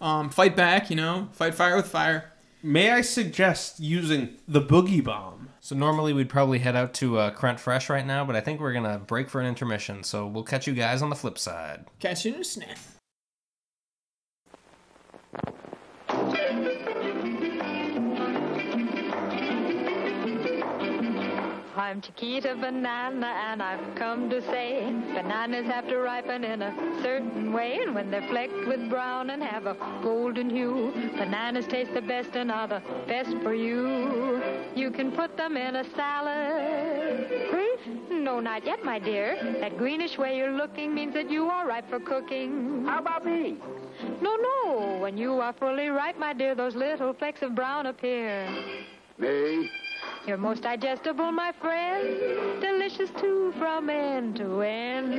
Um, fight back, you know, fight fire with fire.
May I suggest using the boogie bomb?
So normally we'd probably head out to uh, Crent Fresh right now, but I think we're gonna break for an intermission. So we'll catch you guys on the flip side.
Catch you in a snap.
I'm Chiquita Banana, and I've come to say bananas have to ripen in a certain way, and when they're flecked with brown and have a golden hue, bananas taste the best and are the best for you. You can put them in a salad. Hmm? No, not yet, my dear. That greenish way you're looking means that you are ripe for cooking. How about me? No, no. When you are fully ripe, my dear, those little flecks of brown appear. You're most digestible, my friend. Delicious too, from end to end.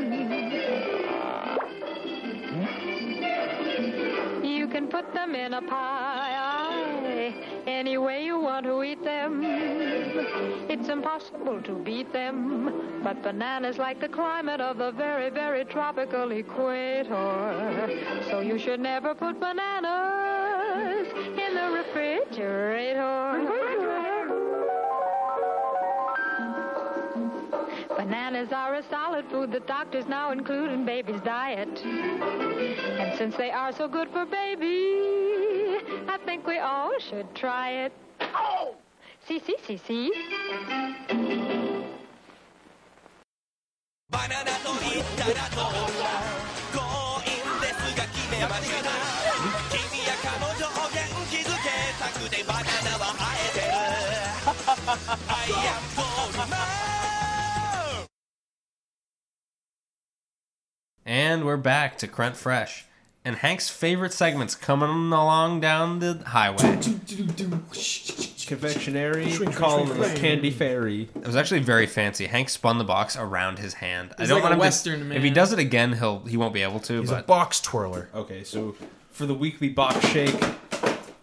You can put them in a pie any way you want to eat them. It's impossible to beat them, but bananas like the climate of the very, very tropical equator. So you should never put bananas in the refrigerator. Bananas are a solid food that doctors now include in babies' diet. And since they are so good for baby, I think we all should try it. Oh! See, see, see, see.
And we're back to Crent Fresh, and Hank's favorite segments coming along down the highway.
Confectionery, call them a candy fairy.
It was actually very fancy. Hank spun the box around his hand. I
He's
don't
like
want
a
him
Western
to,
man.
If he does it again, he'll he won't be able to.
He's a
but
box twirler.
Okay, so for the weekly box shake,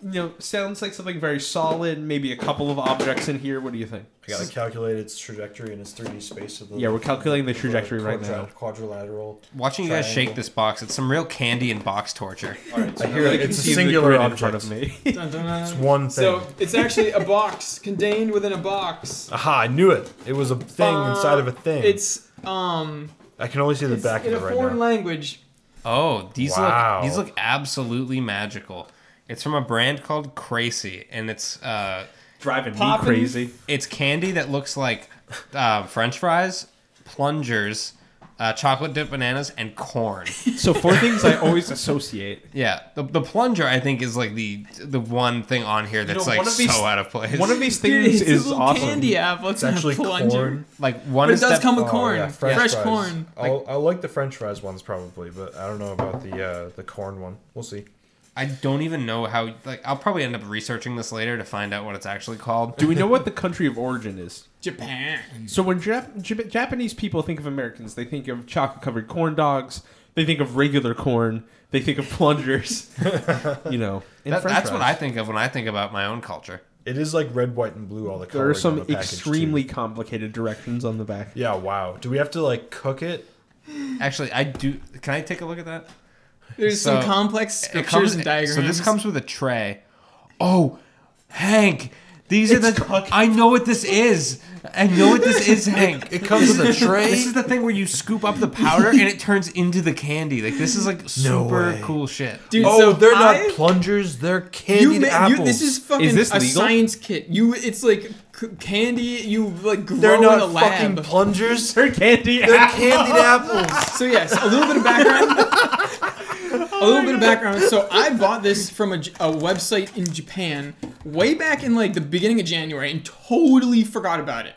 you know, sounds like something very solid. Maybe a couple of objects in here. What do you think?
I gotta calculate its trajectory in its 3D space. Of the,
Yeah, we're calculating the
of
trajectory right
quadra-
now.
Quadrilateral.
Watching you guys shake
triangle.
this box, it's some real candy and box torture.
I hear
I can
it's a
see the
singular
grid in
object.
front of me.
Dun, dun, dun.
It's one thing.
So it's actually a box contained within a box.
Aha! I knew it. It was a thing inside of a thing.
Uh, It's um
I can only see the
it's
back of
in
it
a
right
foreign
now.
language.
Oh, these
Wow.
look these look absolutely magical. It's from a brand called Crazy, and it's uh,
Driving me
Poppin'.
crazy.
it's candy that looks like uh, French fries, plungers, uh, chocolate dipped bananas, and corn.
So four things I always associate.
Yeah, the, the plunger I think is like the the one thing on here that's
know,
like
one of these-
so out of place.
One of these
Dude,
things
it's a
is
little
awesome.
candy apple. It's,
It's actually
a plunger.
corn.
like one
But it
is
does
step-
come with
Oh,
corn.
yeah,
fresh
fries.
corn.
I'll, I like the French fries ones probably, but I don't know about the uh, the corn one. We'll see.
I don't even know how. Like I'll probably end up researching this later to find out what it's actually called.
Do we know what the country of origin is?
Japan.
So when Jap- Jap- Japanese people think of Americans, they think of chocolate-covered corn dogs. They think of regular corn. They think of plungers. you know, and
That-
french
that's what I
fries.
think of when I think about my own culture.
It is like red, white, and blue. All the
There are
colors.
some
on the package, too.
extremely complicated directions on the back.
Yeah. Wow. Do we have to like cook it?
Actually, I do. Can I take a look at that?
There's
So,
some complex
It
scriptures
comes-
and diagrams.
So this comes with a tray. Oh, Hank, these are
It's
the.
cooking.
I know what this is. I know what this is, Hank.
It comes with a tray.
This is the thing where you scoop up the powder and it turns into the candy. Like this is like super
way.
cool shit.
Dude,
oh,
so
they're
I,
not plungers. They're
You,
candied
ma- you
apples.
this is fucking
Is this
a
legal?
science kit. You it's like c- candy you like grow
They're
in a
not
lab.
fucking plungers.
They're candy.
They're
apples.
candied apples.
So yes, a little bit of background. a little bit of background. So I bought this from a, J- a website in Japan way back in like the beginning of January and totally forgot about it.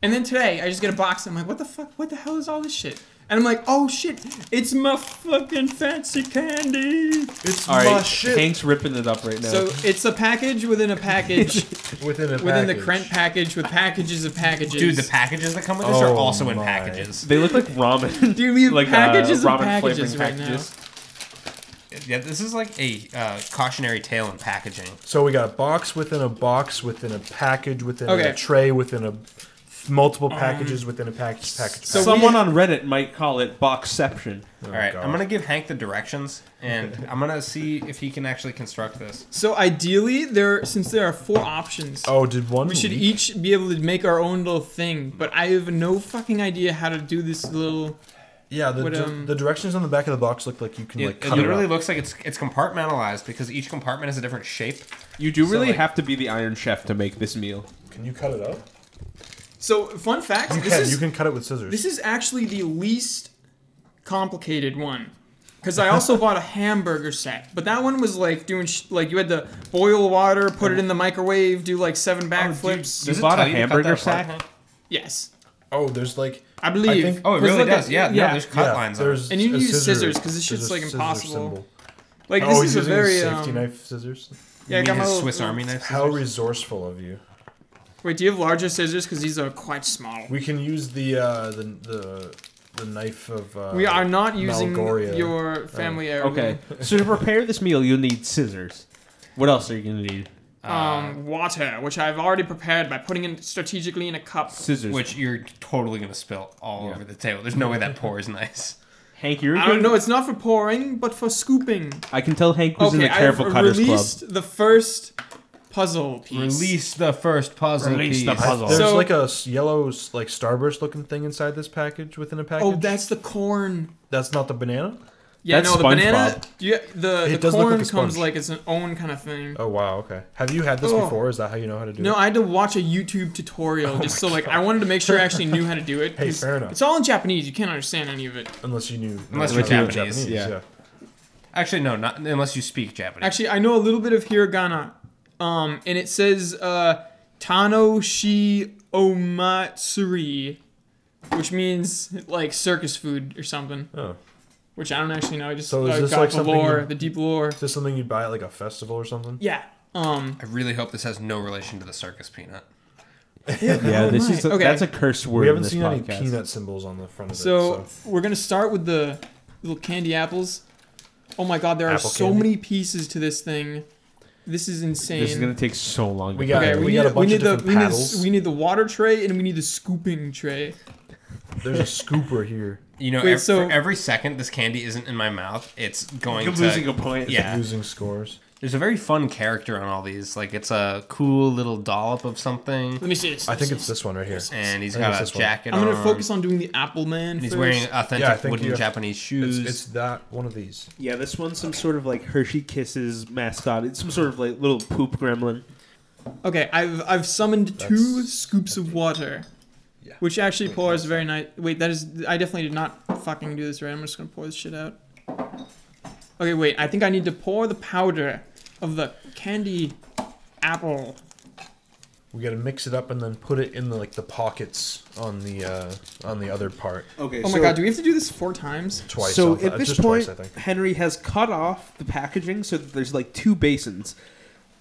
And then today I just get a box and I'm like, what the fuck? What the hell is all this shit? And I'm like, oh shit, it's my fucking fancy candy.
It's
All
my
right,
Oh, shit.
Hank's ripping it up right now.
So it's a package within a package
within a
within the
package.
Krent package with packages of packages.
Dude, the packages that come with this are
Oh
also in
my.
packages.
they look like ramen.
Dude, we have
like
packages
uh,
of
ramen
packages right
flavoring
now.
packages.
Yeah, this is like a uh, cautionary tale in packaging.
So we got a box within a box within a package within
Okay. Um,
a tray within a multiple packages within a package package.
so-
package.
Someone on Reddit might call it boxception.
Oh,
All right,
God.
I'm gonna give Hank the directions, and I'm gonna see if he can actually construct this.
So ideally, there since there are four options.
Oh, did one?
We should
leak?
each be able to make our own little thing, but I have no fucking idea how to do this little.
Yeah, the,
Would,
dir-
um,
the directions on the back of the box look like you can
It,
like
it
cut
literally
it up.
looks like it's it's compartmentalized because each compartment has a different shape.
You do
So,
really
like-
have to be the Iron Chef to make this meal.
Can you cut it up?
So fun fact:
You
this
can.
is
you can cut it with scissors.
this is actually the least complicated one, because I also bought a hamburger set, but that one was like doing sh- like you had to boil water, put it in the microwave, do like seven backflips.
You
Does it
bought
tell
a
you to cut
hamburger
that apart,
sack?
Hank?
yes,
oh, there's like
I believe.
think-
Oh, it
There's
really
like a-
does. yeah,
yeah.
no, there's cut
yeah,
lines. on it.
There's
And you
a
use
scissor.
scissors, 'cause this
There's
shit's,
a
like,
scissor
impossible.
symbol.
like
Oh,
this is
he's
a
using
very
safety
um,
knife scissors.
Yeah, I
You
got
mean
my
his
little-
Swiss Army knife.
How resourceful of you.
Wait, do you have larger scissors? Because these are quite small.
We can use the uh, the the the knife of. Uh,
We are not using
Malgoria.
your family heirloom.
Okay, so to prepare this meal, you'll need scissors. What else are you gonna need?
Um, water, which I've already prepared by putting it strategically in a cup.
Scissors.
Which you're totally gonna spill all over the table. There's no way that pour is nice.
Hank, you're.
I
good-
don't know. It's not for pouring, but for scooping.
I can tell Hank was
okay,
in the careful
I've
cutters
released the first puzzle piece.
Release the first puzzle
Release
piece.
the puzzle.
There's
So-
like a s- yellow, s- like starburst looking thing inside this package within a package.
Oh, that's the corn.
that's not the banana.
Yeah, no,
That's
the
SpongeBob.
banana. Yeah, the
It
the
does look
corn
like a
comes
sponge.
like it's an own kind of thing.
Oh wow, okay. Have you had this
Oh.
before? Is that how you know how to do
No,
it?
I had to watch a YouTube tutorial just so like I wanted to make sure I actually knew how to do it.
Oh Hey,
'cause
fair enough.
It's all in Japanese. You can't understand any of it.
Unless you knew.
Unless
no,
you're
you knew
Japanese,
yeah.
Actually, no, not unless you speak Japanese.
Actually, I know a little bit of hiragana, um, and it says uh, Tano shi omatsuri, which means like circus food or something.
Oh.
Which I don't actually know. I just
So is
uh,
this,
got
like,
the
something
lore,
you-
the deep lore.
Is this something you'd buy at like a festival or something?
Yeah. Um.
I really hope this has no relation to the circus peanut.
club. Yeah, this
my.
is a,
Okay.
that's a curse word.
We haven't
in this
seen
podcast.
any peanut symbols on the front of
So
it. So
we're gonna start with the little candy apples. Oh my God, there are
Apple
so
candy?
many pieces to this thing. This is insane.
This is gonna take so long. To
We got-
prepare.
okay, we,
we
need,
got a bunch
we
of
need the
different
we need, the-
paddles.
we need the water tray and we need the scooping tray.
There's a scooper here.
You know,
Wait,
ev-
so-
for every second this candy isn't in my mouth, it's going
I'm
to
losing a point.
Yeah,
Losing scores.
there's a very fun character on all these. Like it's a cool little dollop of something,
Let me see this.
I think it's this one right here.
and he's
I think
got a
it's this one.
jacket.
I'm gonna
on,
focus on doing the Apple Man.
And he's
first.
wearing
Yeah, I
authentic
think
wooden
you-
Japanese
It's,
shoes.
it's that one of these.
Yeah, this one's some sort of like Hershey Kisses mascot. It's some sort of like little poop gremlin.
Okay, I've I've summoned two
That's-
scoops of water,
Yeah.
which actually pours very nice. Wait, that is I definitely did not fucking do this right. I'm just gonna pour this shit out. Okay, wait. I think I need to pour the powder of the candy apple.
We got to mix it up and then put it in the like the pockets on the uh, on the other part
Okay.
Oh my god, do we have to do this four times?
twice.
so
I'll-
at this
just
point,
twice, I think.
Henry has cut off the packaging so that there's like two basins.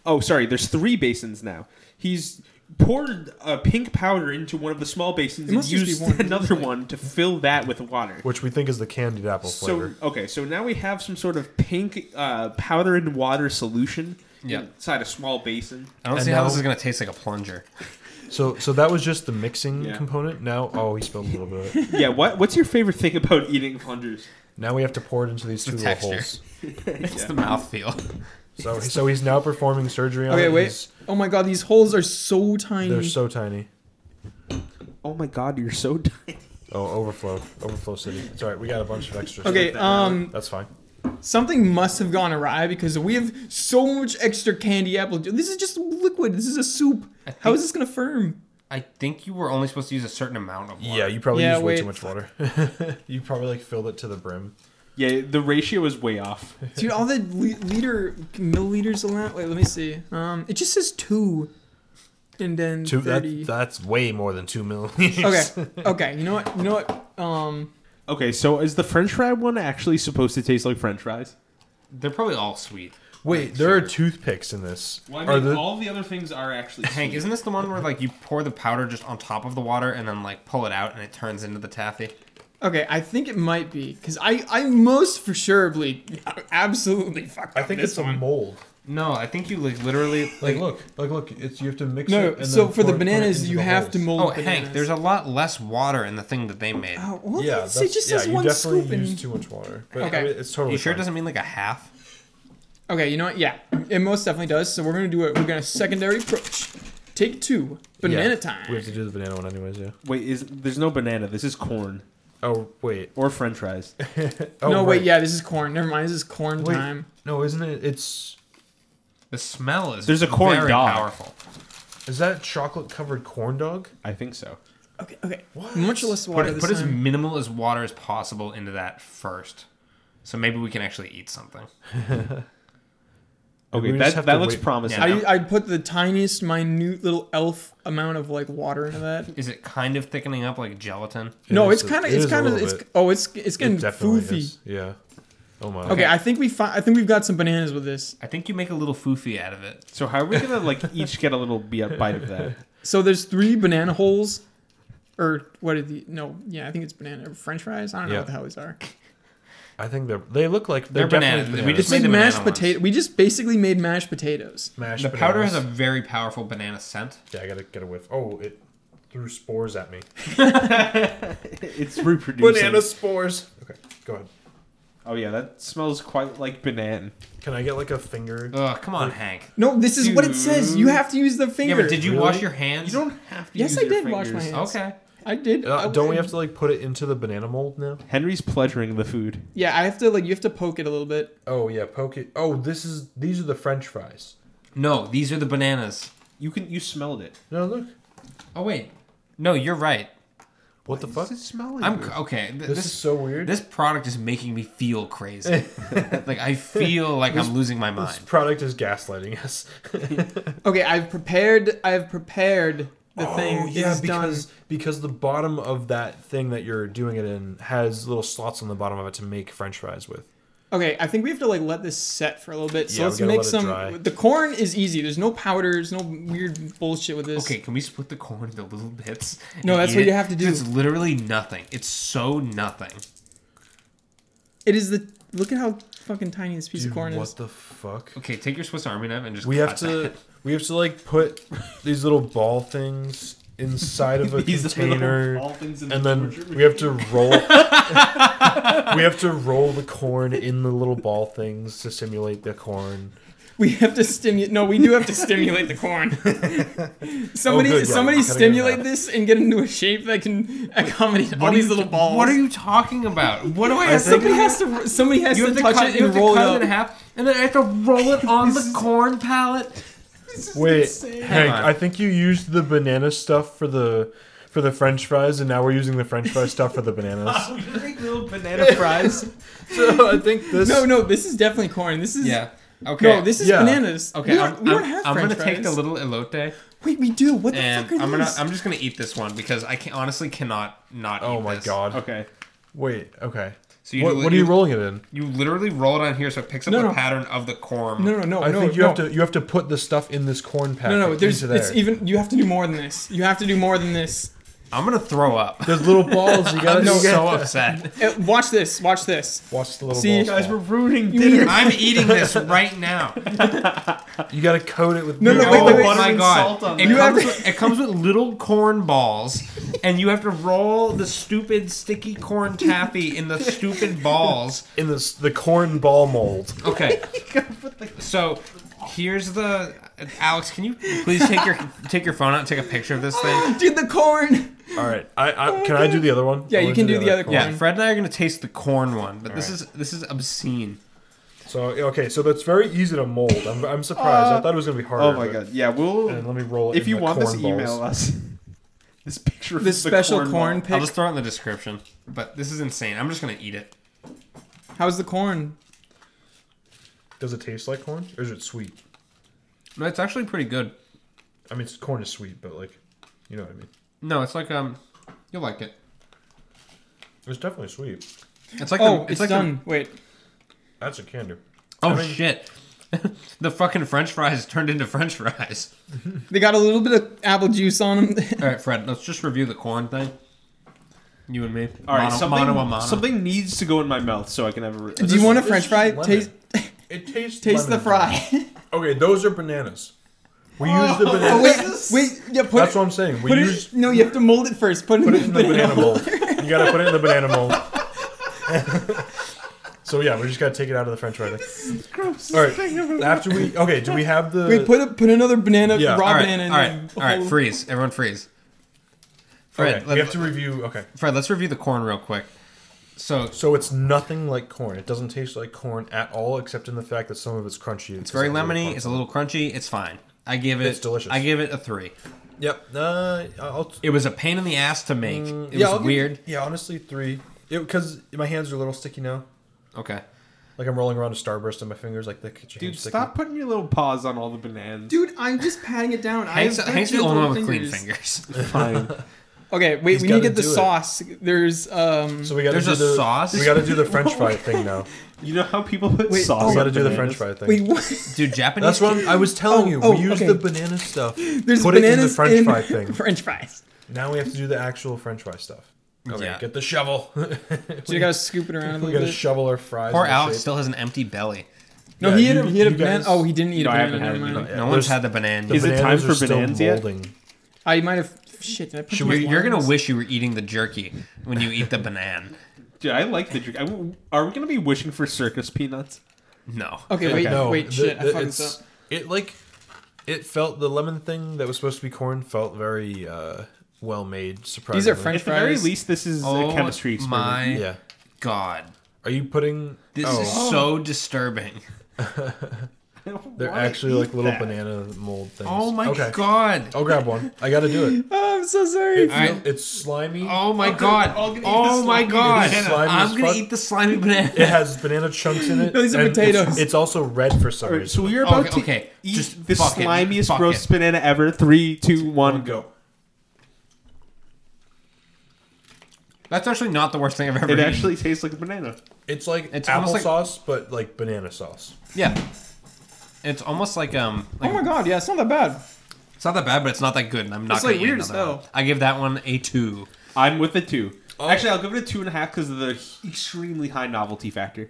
Oh, sorry, there's three basins now. He's poured uh, pink powder into one of the small basins
It
and
must just be
used
one, it
another
looks like-
one to fill that with water.
which we think is the candied apple
So
flavor.
okay, so now we have some sort of pink uh, powder and water solution
Yeah.
inside a small basin.
I don't
and
see how
now-
this is gonna taste like a plunger.
So, so that was just the mixing
Yeah.
component. Now, oh, he spilled a little bit. of it.
yeah, what what's your favorite thing about eating plungers?
Now we have to pour it into these two little
texture.
holes.
It's the mouthfeel.
So, so he's now performing surgery on
Okay,
it.
wait. Mm-hmm.
He's-
Oh my god, these holes are so tiny.
they're so tiny.
Oh my god, you're so tiny.
Oh, overflow, overflow city. It's all right. We got a bunch of extra.
okay,
stuff.
um,
that's fine.
something must have gone awry because we have so much extra candy apple. ju- This is just liquid. This is a soup. How is this gonna firm?
I think you were only supposed to use a certain amount of water.
Yeah, you probably
Yeah,
used way
wait.
too much water. you probably like filled it to the brim.
Yeah, the ratio is way off.
Dude, all the li- liter milliliters allowed. Wait, let me see. Um, it just says two, and then
Two.
thirty.
That, that's way more than two milliliters.
okay, okay. You know what? You know what? Um,
Okay, so is the French fry one actually supposed to taste like French fries?
They're probably all sweet.
Wait, there are toothpicks in this. are the,
all the other things are actually.
Hank, isn't this the one where like you pour the powder just on top of the water and then like pull it out and it turns into the taffy?
okay. I think it might be because I, I most for surely, absolutely fucked
I
up
think
this
it's a
one.
mold.
No, I think you like literally
Like, look, like, look. It's you have to mix it.
no,
and
so
then
for
pour
the
it- put it
bananas,
into
you
the
have
holes.
to mold.
Oh,
bananas.
Hank, there's a lot less water in the thing that they made.
Oh, well,
Yeah,
it's- it
that's-
just
yeah,
says
you
one
definitely
scoop. And,
used too much water. But
Okay.
I mean, it's totally.
you sure it
fine.
doesn't mean like a half?
okay, you know what? Yeah, it most definitely does. So we're gonna do it. We're gonna secondary approach. Take two. Banana
Yeah,
time.
We have to do the banana one anyways, yeah.
Wait, is there's no banana? This is corn
Oh wait.
or French fries.
Oh,
no,
right.
wait. Yeah, this is corn. Never mind. This is corn
Wait.
time.
No, isn't it? It's
The smell is
There's a corn
very
dog.
powerful.
is that chocolate covered corn dog?
I think so.
Okay, okay.
What?
Much less water
Put, it-
this
put as
time.
minimal as water as possible into that first. So maybe we can actually eat something.
Okay,
We just
that
have
that
to
looks
wait.
promising.
Yeah.
I, I'd put the tiniest, minute little elf amount of like water into that.
Is it kind of thickening up like gelatin?
no,
is
it's
a-
kind of,
it
it's
is a
kind of,
little
it's
bit.
oh, it's it's
It
getting
definitely
foofy.
is, Yeah. Oh my.
Okay, I think we fi- I think we've got some bananas with this.
I think you make a little foofy out of it.
So how are we gonna like each get a little be- bite of that?
So there's three banana holes, or what are the no? Yeah, I think it's banana or French fries. I don't know
Yeah.
what the hell these are.
I think they're they look like they're,
They're
definitely
bananas. We
bananas.
just
It's
made
like
the banana
mashed
ones.
potato. We just basically made mashed potatoes.
mashed
The powder has
bananas.
a very powerful banana scent.
Yeah, I gotta get a whiff. Oh, it threw spores at me.
It's reproducing.
spores. Okay, go ahead.
Oh yeah, that smells quite like banana.
Can I get like a finger?
Ugh, come on, Hank.
No, this is what it says. You have to use the
Yeah,
finger.
but did you wash
Really?
your hands?
You don't have to.
Yes,
use
I
your
did wash my
fingers.
hands.
Okay.
I did.
Uh,
I-
don't we have to like put it into the banana mold now?
Henry's pleasuring the food.
Yeah, I have to like you have to poke it a little bit.
Oh yeah, poke it. Oh, this is these are the French fries.
No, these are the bananas.
You can you smelled it.
No, look.
Oh wait, no, you're right.
What the fuck?
Does it smell like?
I'm
this?
okay. th-
This,
this
is so weird.
this product is making me feel crazy. like I feel like I'm losing my
This
mind.
product is gaslighting us.
Okay, I've prepared. I've prepared the
oh
thing.
yeah,
is
because
done.
because the bottom of that thing that you're doing it in has little slots on the bottom of it to make French fries with.
Okay, I think we have to like let this set for a little bit. So
Yeah, we
let's
gotta
make
let it
some.
dry.
The corn is easy. There's no powders, no weird bullshit with this.
Okay, can we split the corn into little bits? and
No, that's
eat
what
it?
you have to do.
It's literally nothing. It's so nothing.
It is the Look at how fucking tiny this piece of corn
what
is.
the fuck?
Okay, take your Swiss Army knife and just.
We have
cut
to
that.
we have to like put these little ball things inside of a container. and then we have to roll we have to roll the corn in the little ball things to simulate the corn
We have to stimulate. No, we do have to stimulate the corn. somebody,
Oh, good, yeah,
somebody,
we gotta get it
stimulate
out.
this and get into a shape that can accommodate all
are
these
you-
little balls.
What are you talking about? What do I have to
Somebody
do?
has to. Somebody has
You
to
have to
touch
cut
it and
have to
roll it
cut
up.
in half, and then I have to roll it on the corn pallet.
wait
Hang
hank
on.
i think you used the banana stuff for the for the french fries and now we're using the french fry stuff for the bananas
little banana fries.
so i think this
No, no, this is definitely corn. This is
Yeah. Okay.
no, this is
Yeah.
bananas.
Okay,
we
I'm,
don't, we don't
I'm-
have
I'm
French
gonna take the
fries.
little elote,
Wait, we do. What the
and
fuck are
I'm gonna
these?
I'm just gonna eat this one because I can honestly cannot not.
oh
eat
my
this.
god
Okay.
wait okay
So you
what,
do-
what are you
you-
rolling it in
You literally roll it on here, so it picks up
No,
the
no.
pattern of the corn.
no, no, no,
i
Oh, no,
think you
no.
have to you have to put the stuff in this corn pack
No, no, there's
into there.
it's even. You have to do more than this. You have to do more than this.
I'm gonna throw up.
there's little balls you gotta
I'm
you
so
gotta-
upset.
Uh, watch this. Watch this.
watch the little
See,
balls
guys,
fall.
ruining
You need-
I'm eating this right now.
you gotta coat it with
No, no,
milk.
wait,
oh
wait, wait.
my
and
god!
salt on
It
You
comes,
have
with, it comes with little corn balls, and you have to roll the stupid sticky corn taffy in the stupid balls.
in this the corn ball mold
Okay. so here's the Alex. Can you please take your take your phone out and take a picture of this thing?
dude, the corn.
All right, I, I can I do the other one?
Yeah,
I
you
wanna
can do the other
corn.
Yeah, Fred and I are gonna taste the corn one, but this is this is obscene.
So okay, so that's very easy to mold. I'm, I'm surprised.
Uh,
I thought it was gonna be harder.
Oh my
but-
god. Yeah, we'll.
And let me roll it.
if
in
you
my
want this,
corn balls.
email us. This picture of
This
the
special
corn.
corn,
I'll
pick.
just throw it in the description. But this is insane. I'm just gonna eat it.
How's the corn? uh,
Does it taste like corn, or is it sweet?
No, it's actually pretty good.
I mean, it's- corn is sweet, but like, you know what I mean.
No, it's like um, you'll like it.
It's definitely sweet.
It's like
Oh,
the,
it's,
like the-
done. Wait.
That's a candor.
oh
I mean-
shit! the fucking French fries turned into French fries.
They got a little bit of apple juice on them.
All right, Fred. Let's just review the corn thing. You and me.
All right,
Mono-
something,
mono a mono.
something needs to go in my mouth so I can have a.
do you want a
this
French
is
fry?
lemon.
Taste,
It tastes.
taste the
lemon.
fry. Oh.
Okay, those are bananas. We use the banana.
wait, wait. Yeah, put
That's
it.
what I'm saying. We
Put
use
it. No, you have to mold it first. Put it,
put it
in
in the banana mold. You gotta put it in the banana mold. so yeah, we just gotta take it out of the French fry. This is gross. All right. After we okay, do we have the?
Wait, put it. Put another banana,
Yeah.
raw
All right,
banana. in
all right,
there.
all right.
Hold-
Freeze, everyone, freeze. Fred,
Okay, we
let,
have to review. Okay,
Fred, let's review the corn real quick. So
so it's nothing like corn. It doesn't taste like corn at all, except in the fact that some of it's crunchy.
it's very lemony. It's a little crunchy. It's fine. I give it.
It's delicious.
I give it a three.
Yep. Uh, I'll.
It was a pain in the ass to make. It
Mm, yeah, I'll
was
give-
weird.
Yeah, honestly, three. Because my hands are a little sticky now.
Okay.
Like I'm rolling around a starburst on my fingers, like the kitchen.
Dude, stop putting your little paws on all the bananas.
Dude, I'm just patting it down. I
Hank's,
have
Hank's the
dirty
only one with
little
clean
fingers.
fingers.
Fine.
Okay, wait.
He's
we need to
gotta
get the
do it.
sauce. There's um.
So we gotta
There's
do
a
the
sauce?
We gotta do the French fry thing now.
you know how people put
Wait,
sauce.
We
on
oh, gotta do the
bananas?
French fry thing.
wait, what?
Dude, Japanese.
That's what I'm- I was telling
Oh,
you.
oh,
we use
okay.
the banana stuff.
There's
Put it in
bananas
the French
in
fry thing.
French fries.
Now we have to do the actual French fry stuff. Okay,
Yeah.
get the shovel.
So you gotta scoop it around a
we
little
gotta
bit.
shovel our fries.
Poor
into
Alex
shape.
still has an empty belly.
no,
Yeah,
he had
you-
a, he had a
you
banana.
guys-
Oh, he didn't eat
No,
a
I
banana.
haven't had
never
it.
mind.
Yeah,
no one's
there's-
had the banana.
The
Is it
bananas
time
are
for
still
bananas yet?
molding.
I Ah, might have. Shit, did I put too
You're,
much
you're gonna
lime?
wish you were eating the jerky when you eat the banana.
Dude, I like the drink. I w- Are we gonna be wishing for circus peanuts?
No.
Okay, wait,
No,
wait,
the-
shit,
the-
I fucking
it's-
suck.
It like it felt the lemon thing that was supposed to be corn felt very uh, well made. Surprisingly,
These are French
At the very
fries.
least, this is
Oh
a chemistry experiment.
my
Yeah.
god.
Are you putting?
This
oh,
is so disturbing.
they're actually like little banana mold things.
Oh my
okay.
god.
I'll grab one. I gotta do it.
Oh, I'm so sorry.
It
Alright.
feel- It's slimy.
Oh my god.
I'll get-
Oh my god.
It's slimy as
I'm gonna
fuck.
eat the slimy banana.
It has banana chunks in it.
These are
and it's-
potatoes.
It's, also red for some
All right, so
reason.
we are about
Okay,
to
okay,
eat
just
the
fuck it,
slimiest
fuck
roast
it.
banana ever. Three, two, one, go.
That's actually not the worst thing I've ever
It
eaten.
actually tastes like a banana.
It's like
It's almost like-
applesauce, but like banana sauce.
Yeah. It's almost like um like
Oh my god, yeah, it's not that bad.
It's not that bad, but it's not that good, and I'm not
It's,
gonna
like,
eat
weird as
another
hell.
one. I give that one a two. Oh.
I'm with a two. Actually, I'll give it a two and a half because of the extremely high novelty factor.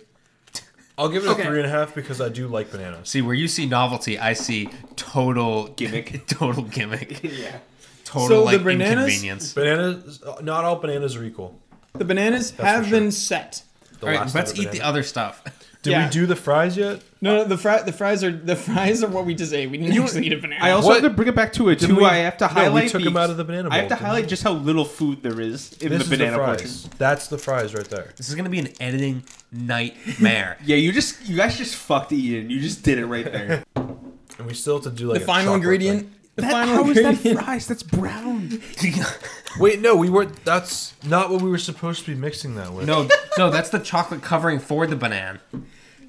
I'll give it a
Okay.
three and a half because I do like bananas.
See, where you see novelty, I see total gimmick. total gimmick. yeah. Total
So the
like
bananas-
inconvenience.
Bananas, not all bananas are equal.
The bananas have
for
been set.
The
All right,
last
let's
of the
eat the
banana.
other stuff.
Did
Yeah.
we do the fries yet?
No, no, the fri- the fries are the fries are what we just ate. We didn't actually eat a banana.
I also
What?
have to bring it back to a two.
we-
I have to
No, we
highlight.
took
the-
'em out of the banana
I have
bowl,
to
didn't
highlight just how little food there is in
This
the
is
banana
the fries.
portion.
That's the fries right there.
This is gonna be an editing nightmare.
Yeah, you just you guys just fucked Eden. You just did it right there.
And we still have to do
the
like a
final
chocolate
ingredient. The final
how is that
ingredient.
fries? That's brown.
thing. Wait, no, we weren't. That's not what we were supposed to be mixing that with.
no, no, that's the chocolate covering for the banana.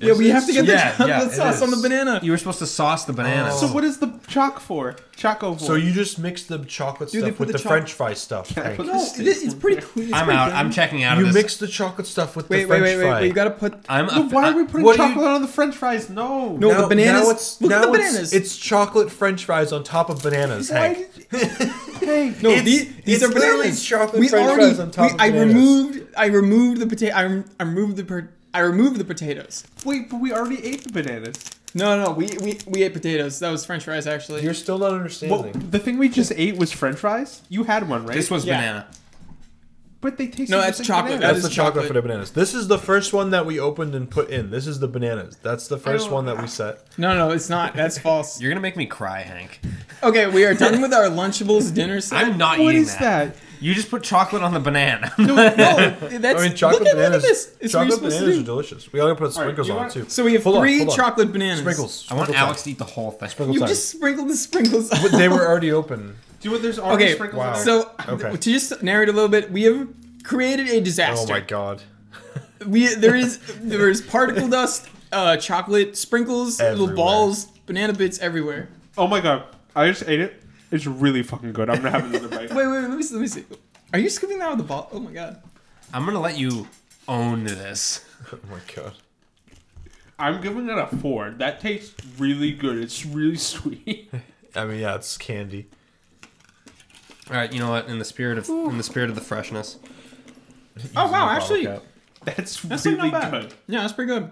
yeah, we have to get the
Yeah,
chocolate
yeah, it
sauce on the
is.
banana.
You were supposed to sauce the banana.
So what is the chalk for? Choco for?
So you just mix the chocolate
Dude, they
stuff
put
with
the
the,
choc-
French fry stuff.
I
Frank.
put
No, it is, it's pretty clear. it's
I'm
pretty
out.
clear.
I'm checking out
You
of this.
mix the chocolate stuff with
Wait, wait,
the French
wait, wait,
fry.
wait. You gotta put
I'm
But why are we putting
What do you-
chocolate on the French fries? No.
no
Now-
the bananas.
Now it's,
look
now
at the
it's-
bananas.
It's, chocolate French fries on top of bananas,
Why
Hank.
did you- Hey,
no,
it's-
these, these
it's
are
literally
bananas.
chocolate
we
french
already,
fries on top
we,
of
I
bananas.
removed. I removed the potato. I, rem- I removed the. Per- I removed the potatoes.
wait, but we already ate the bananas.
No, no, we, we we ate potatoes. That was French fries, actually.
You're still not understanding.
Well, the thing we just ate was French fries. You had one, right?
this was
Yeah.
banana.
but they tasted
No, that's
just like
chocolate.
bananas.
That's
is
the chocolate,
chocolate.
for the bananas. This is the first one that we opened and put in. This is the bananas. That's the first
don't-
one that we set.
no, no, it's not. That's false.
You're gonna make me cry, Hank.
Okay, we are done with our Lunchables dinner set.
I'm not
What
eating
is that?
You just put chocolate on the banana.
No, no, that's
I mean, chocolate
look at, Look at
bananas.
this. It's what you're
chocolate
supposed to
bananas
do.
are delicious. We gotta put sprinkles
you
on
want-
it too.
So we have
Hold on,
three
hold on.
chocolate bananas.
sprinkles.
I want
Sprinkle
Alex to eat the whole thing.
Sprinkle
You
time.
just sprinkled the sprinkles.
But they were already open.
Do what? There's already
okay.
sprinkles.
Wow.
on there?
So
Okay.
to just narrate a little bit, we have created a
Oh
disaster.
my god.
We there is there is particle dust, uh, chocolate sprinkles,
Everywhere.
little balls, banana bits everywhere.
Oh my god, I just ate it. It's really fucking good. I'm gonna have another bite.
Wait, wait, wait, let me see, let me see. Are you scooping that with the ball? Oh my god.
I'm gonna let you own this.
Oh my god.
I'm giving it a four. That tastes really good. It's really sweet.
I mean, yeah, it's candy.
All right, you know what? In the spirit of in the spirit of the freshness,
Oh wow,
Bottle
actually,
cap.
That's,
that's like,
really
not bad.
good.
Yeah, that's pretty good.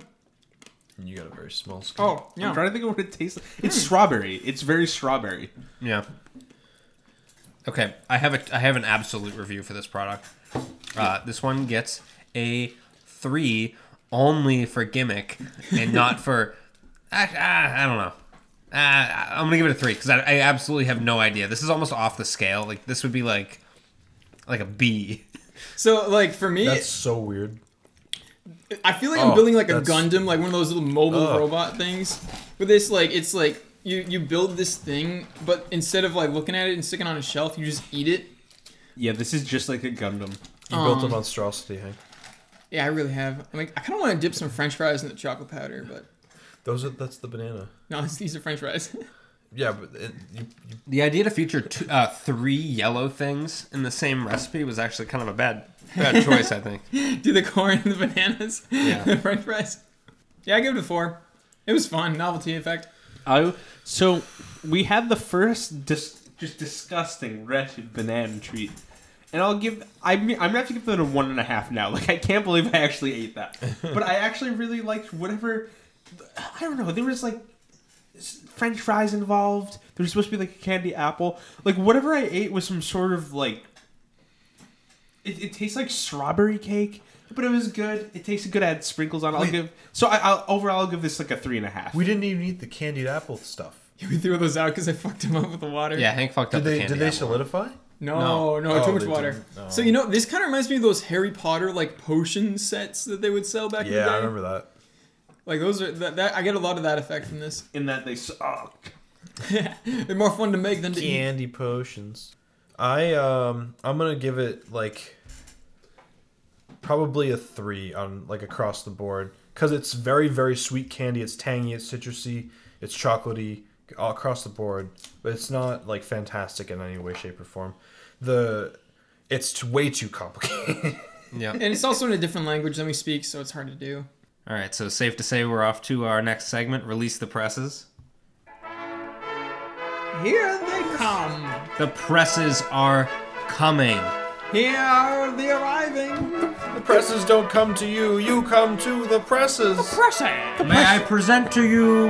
You got a very small skin.
Oh
I'm
yeah. Hmm.
trying to think of what it tastes like. It's strawberry. It's very strawberry.
yeah. Okay, I have a I have an absolute review for this product. Uh, this one gets a three only for gimmick and not for. I, I, I don't know. Uh, I'm gonna give it a three because I, I absolutely have no idea. This is almost off the scale. Like this would be like like a B.
So like for me,
That's so weird.
I feel like
Oh,
I'm building like a
that's-
Gundam, like one of those little mobile
Ugh.
robot things. With this, like it's like you you build this thing, but instead of like looking at it and sticking it on a shelf, you just eat it.
Yeah, this is just like a Gundam.
You built a monstrosity, Hank.
Yeah, I really have. I'm like, I kind of want to dip some French fries in the chocolate powder, but
Those are that's the banana.
no, it's, these are French fries.
Yeah, but it, you, you,
The idea to feature two, uh, three yellow things in the same recipe was actually kind of a bad bad choice, I think.
Do the corn and the bananas,
Yeah.
the French fries. Yeah, I give it a four. It was fun, novelty effect.
I so we had the first dis, just disgusting wretched banana treat, and I'll give I mean, I'm gonna have to give it a one and a half now. Like I can't believe I actually ate that, but I actually really liked whatever. I don't know. There was like s- French fries involved. There's supposed to be like a candy apple. Like whatever I ate was some sort of like. It, it tastes like strawberry cake, but it was good. It tasted good. I had sprinkles on. it. I'll give so I, I'll overall I'll give this like a three and a half.
we didn't even eat the candied apple stuff.
We threw those out because I fucked them up with the water.
Yeah, Hank fucked
Did
up the
they
candy
did they
apple.
solidify?
No, no,
Oh,
too much
they
water.
didn't. Oh.
So you know, this kind of reminds me of those Harry Potter like potion sets that they would sell back in the
Yeah,
day.
I remember that.
Like those are that, that I get a lot of that effect from this.
in that they suck.
They're more fun to make than to eat.
Candy potions. I um I'm gonna give it like probably a three on like across the board because it's very very sweet candy. It's tangy. It's citrusy. It's chocolatey all across the board, but it's not like fantastic in any way, shape, or form. The it's t- way too complicated.
Yeah.
And it's also in a different language than we speak, so it's hard to do.
All right, so safe to say we're off to our next segment, release the presses.
Here they come.
The presses are coming.
Here they arriving.
The
presses don't come to you. You come to the presses.
May I present to you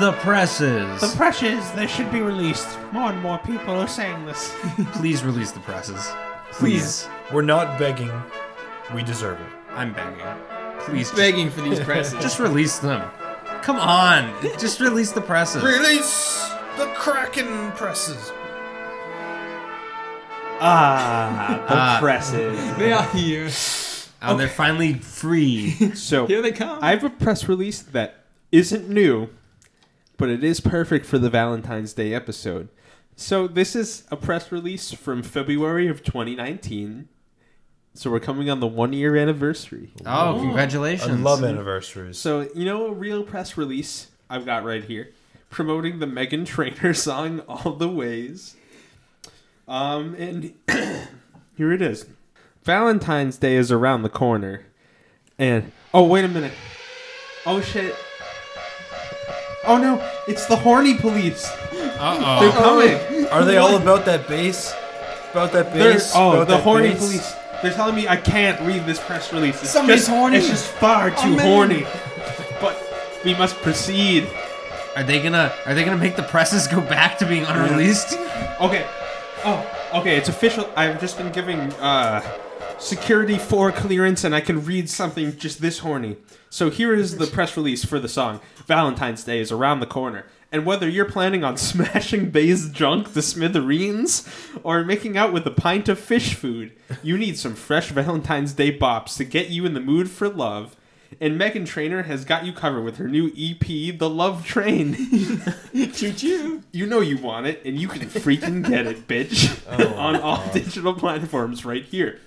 the presses?
Precious, they should be released. More and more people are saying this.
Please release the presses.
Please. We're not begging. We deserve it.
I'm begging. Please just,
begging for these presses.
just release them. Come on. Just release the presses.
Release the Kraken presses.
Ah, the presses.
they are here.
Oh, they're finally free.
So
Here they come.
I have a press release that isn't new, but it is perfect for the Valentine's Day episode. So this is a press release from February of 2019. So we're coming on the one year anniversary.
Oh, congratulations.
I love anniversaries.
So you know a real press release I've got right here promoting the Megan Trainor song All the Ways. Um and here it is. Valentine's Day is around the corner. And oh wait a minute. Oh shit. Oh no, it's the horny police.
Uh oh.
Coming.
Are they all about that bass? About that
They're,
bass?
oh,
About
the
that
horny
bass?
police. They're telling me I can't read this press release. It's
Somebody's
just,
horny.
It's just far too
man.
horny. But we must proceed.
Are they gonna Are they gonna make the presses go back to being unreleased?
Okay. Oh, okay. It's official. I've just been giving uh, security for clearance, and I can read something just this horny. So here is the press release for the song. Valentine's Day is around the corner, and whether you're planning on smashing Bay's junk to smithereens or making out with a pint of fish food, you need some fresh Valentine's Day bops to get you in the mood for love. And Megan Trainor has got you covered with her new EP, The Love Train.
choo choo.
You know you want it, and you can freaking get it, bitch, on all digital platforms right here.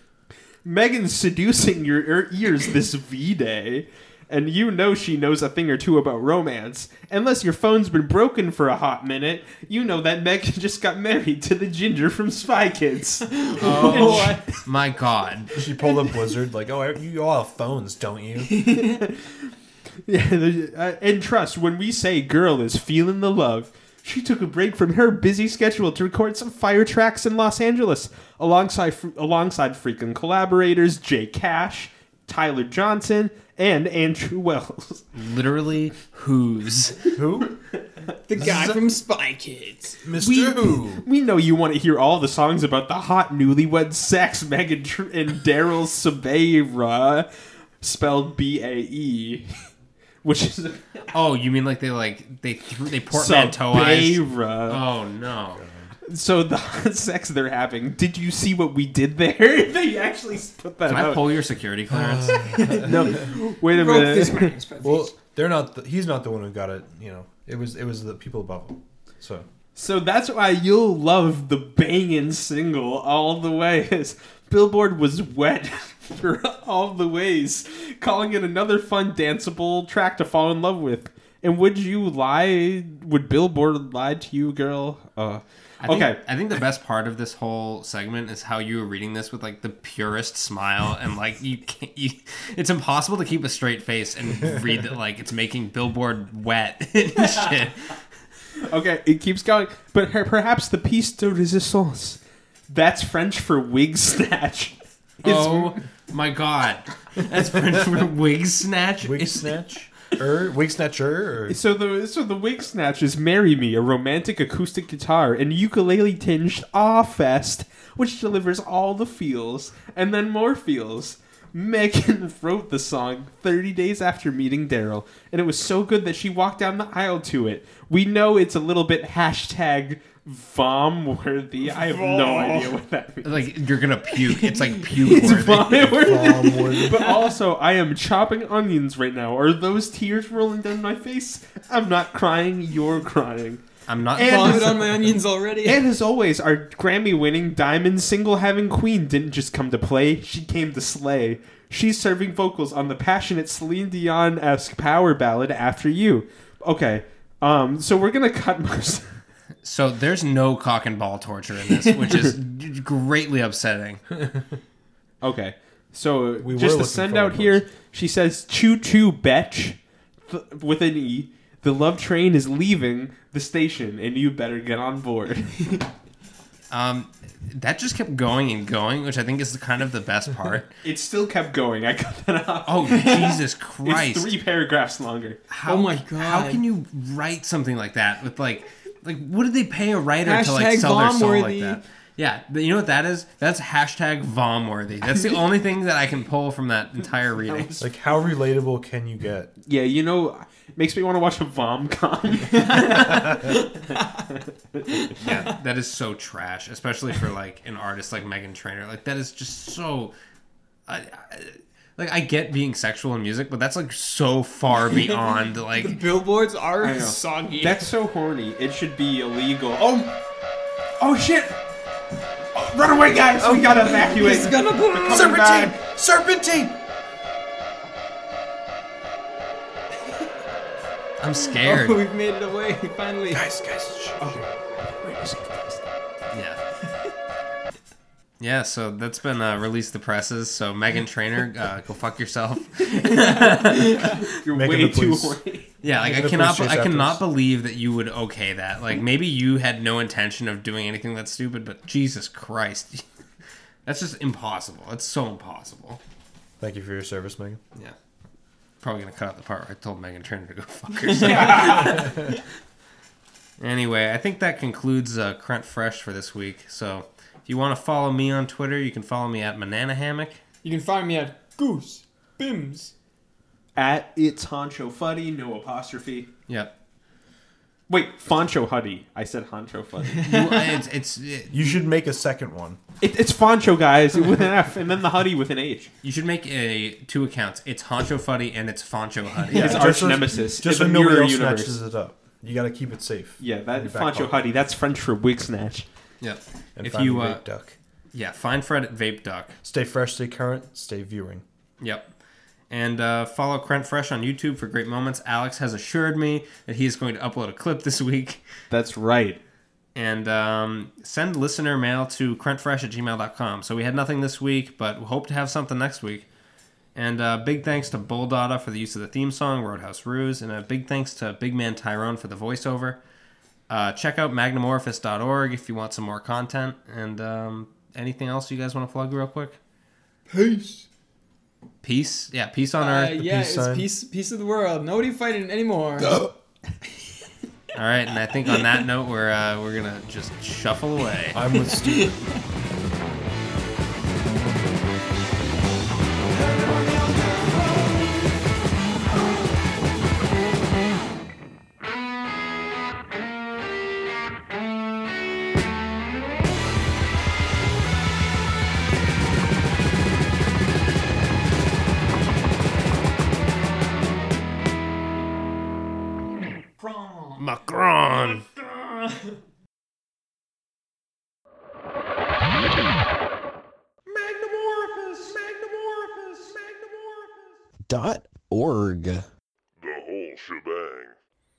Megan's seducing your ear- ears this V Day, and you know she knows a thing or two about romance. Unless your phone's been broken for a hot minute, you know that Megan just got married to the ginger from Spy Kids.
Oh my god.
She pulled a blizzard, like, oh, you all have phones, don't you?
Yeah, the- uh, and trust, when we say girl is feeling the love, she took a break from her busy schedule to record some fire tracks in Los Angeles alongside alongside freaking collaborators Jay Cash, Tyler Johnson, and Andrew Wells.
Literally, who's?
Who?
The guy from Spy Kids.
Mr.
We-
Who?
We know you want to hear all the songs about the hot newlywed sex Megan Tr- and Daryl Sabera, spelled B A E, which is
Oh, you mean like they like they threw they portmanteauized?
Sabera.
Oh no.
So the sex they're having. Did you see what we did there? they actually put that
Can I
out.
pull your security clearance?
Wait a
Broke this
minute.
man's presses.
Well, they're not. The, he's not the one who got it. You know, it was it was the people above him. So
So that's why you'll love the banging single all the way. As Billboard was wet for all the ways, calling it another fun danceable track to fall in love with. And would you lie? Would Billboard lie to you, girl? Uh,
I think,
okay.
I think the best part of this whole segment is how you were reading this with like the purest smile and like you can't you it's impossible to keep a straight face and read that like it's making billboard wet and shit.
Okay, it keeps going. But her, perhaps the piece de resistance. That's French for wig snatch. It's
oh my god. That's French for wig snatch.
wig snatch, er, wig snatcher. Or,
So the so the wig snatch is "Marry Me," a romantic acoustic guitar and ukulele tinged ah fest, which delivers all the feels and then more feels. Megan wrote the song 30 days after meeting Daryl, and it was so good that she walked down the aisle to it. We know it's a little bit hashtag vom worthy. I have no idea what that means.
like you're gonna puke. It's like puke worthy.
Vom-worthy.
Um, would-
But also, I am chopping onions right now. Are those tears rolling down my face? I'm not crying, you're crying.
I'm not
And-
Vomited on my onions already.
And as always, our Grammy winning diamond single having queen didn't just come to play, she came to slay. She's serving vocals on the passionate Celine Dion esque power ballad After You. Okay, um, so we're gonna cut most.
so there's no cock and ball torture in this, which is greatly upsetting.
Okay. So
We were
just to
looking
send
forward
out
to
here, she says, "Choo choo, betch," th- with an e. The love train is leaving the station, and you better get on board.
Um, that just kept going and going, which I think is the, kind of the best part.
It still kept going. I cut that off.
Oh Jesus Christ!
It's three paragraphs longer.
How,
Oh my God.
How can you write something like that with like, like what did they pay a writer to like
Hashtag
sell their soul like
Vomworthy.
that? Yeah, but you know what that is? That's hashtag vomworthy. That's the only thing that I can pull from that entire reading.
Like, how relatable can you get?
Yeah, you know, it makes me want to watch a vom con.
Yeah, that is so trash, especially for like an artist like Megan Trainor. Like that is just so. I, I, like I get being sexual in music, but that's like so far beyond like
Billboards
know.
are soggy.
That's so horny. It should be illegal. Oh, oh shit! Oh, run away, guys! we gotta evacuate.
He's gonna put it on.
Coming back.
Serpentine!
I'm scared.
Oh, we've made it away finally.
Guys, guys, shh.
Yeah. Yeah, so that's been uh, released the presses. So Megan Trainer, uh, go fuck yourself.
You're
Megan
way
the
too
police.
horny.
Yeah, like I
Megan the
cannot,
police chase
I cannot
after us.
believe that you would okay that. Like maybe you had no intention of doing anything that stupid, but Jesus Christ, that's just impossible. That's so impossible.
Thank you for your service, Megan.
Yeah, probably gonna cut out the part where I told Megan Trainer to go fuck herself. Anyway, I think that concludes uh, Crent Fresh for this week. So if you want to follow me on Twitter, you can follow me at Banana Hammock.
You can find me at Goose Bims.
At it's Honcho Fuddy, no apostrophe.
Yep.
Wait, Foncho Huddy. I said Honcho Fuddy.
You- uh, it's it's it-
You should make a second one.
it, it's Foncho, guys, with an F, and then the Huddy with an H.
you should make a two accounts. It's Honcho Fuddy and it's Foncho Huddy.
His
Yeah,
arch
just so-
nemesis.
Just
in
when
the
nobody
mirror
else
universe.
snatches it up. You gotta keep it safe.
Yeah, that
In your back
Foncho
pocket.
Huddy. That's French for wig snatch.
Yep.
And
if
find
you
a
uh,
great duck.
yeah, find Fred at Vape Duck.
Stay fresh, stay current, stay viewing.
Yep. And uh, follow Crent Fresh on YouTube for great moments. Alex has assured me that he is going to upload a clip this week.
That's right.
And um, send listener mail to crentfresh at gmail.com. So we had nothing this week, but we hope to have something next week. And uh, big thanks to Bulldada for the use of the theme song, Roadhouse Ruse. And a big thanks to Big Man Tyrone for the voiceover. Uh, check out magnamorphous.org if you want some more content. And um, anything else you guys want to plug real quick?
Peace.
Peace. Yeah, peace on
Uh,
earth.
yeah,
peace
it's
sign.
peace, peace of the world. Nobody fighting anymore.
All right, and I think on that note, we're uh, we're gonna just shuffle away.
I'm with Steve.
Macron.
dot org.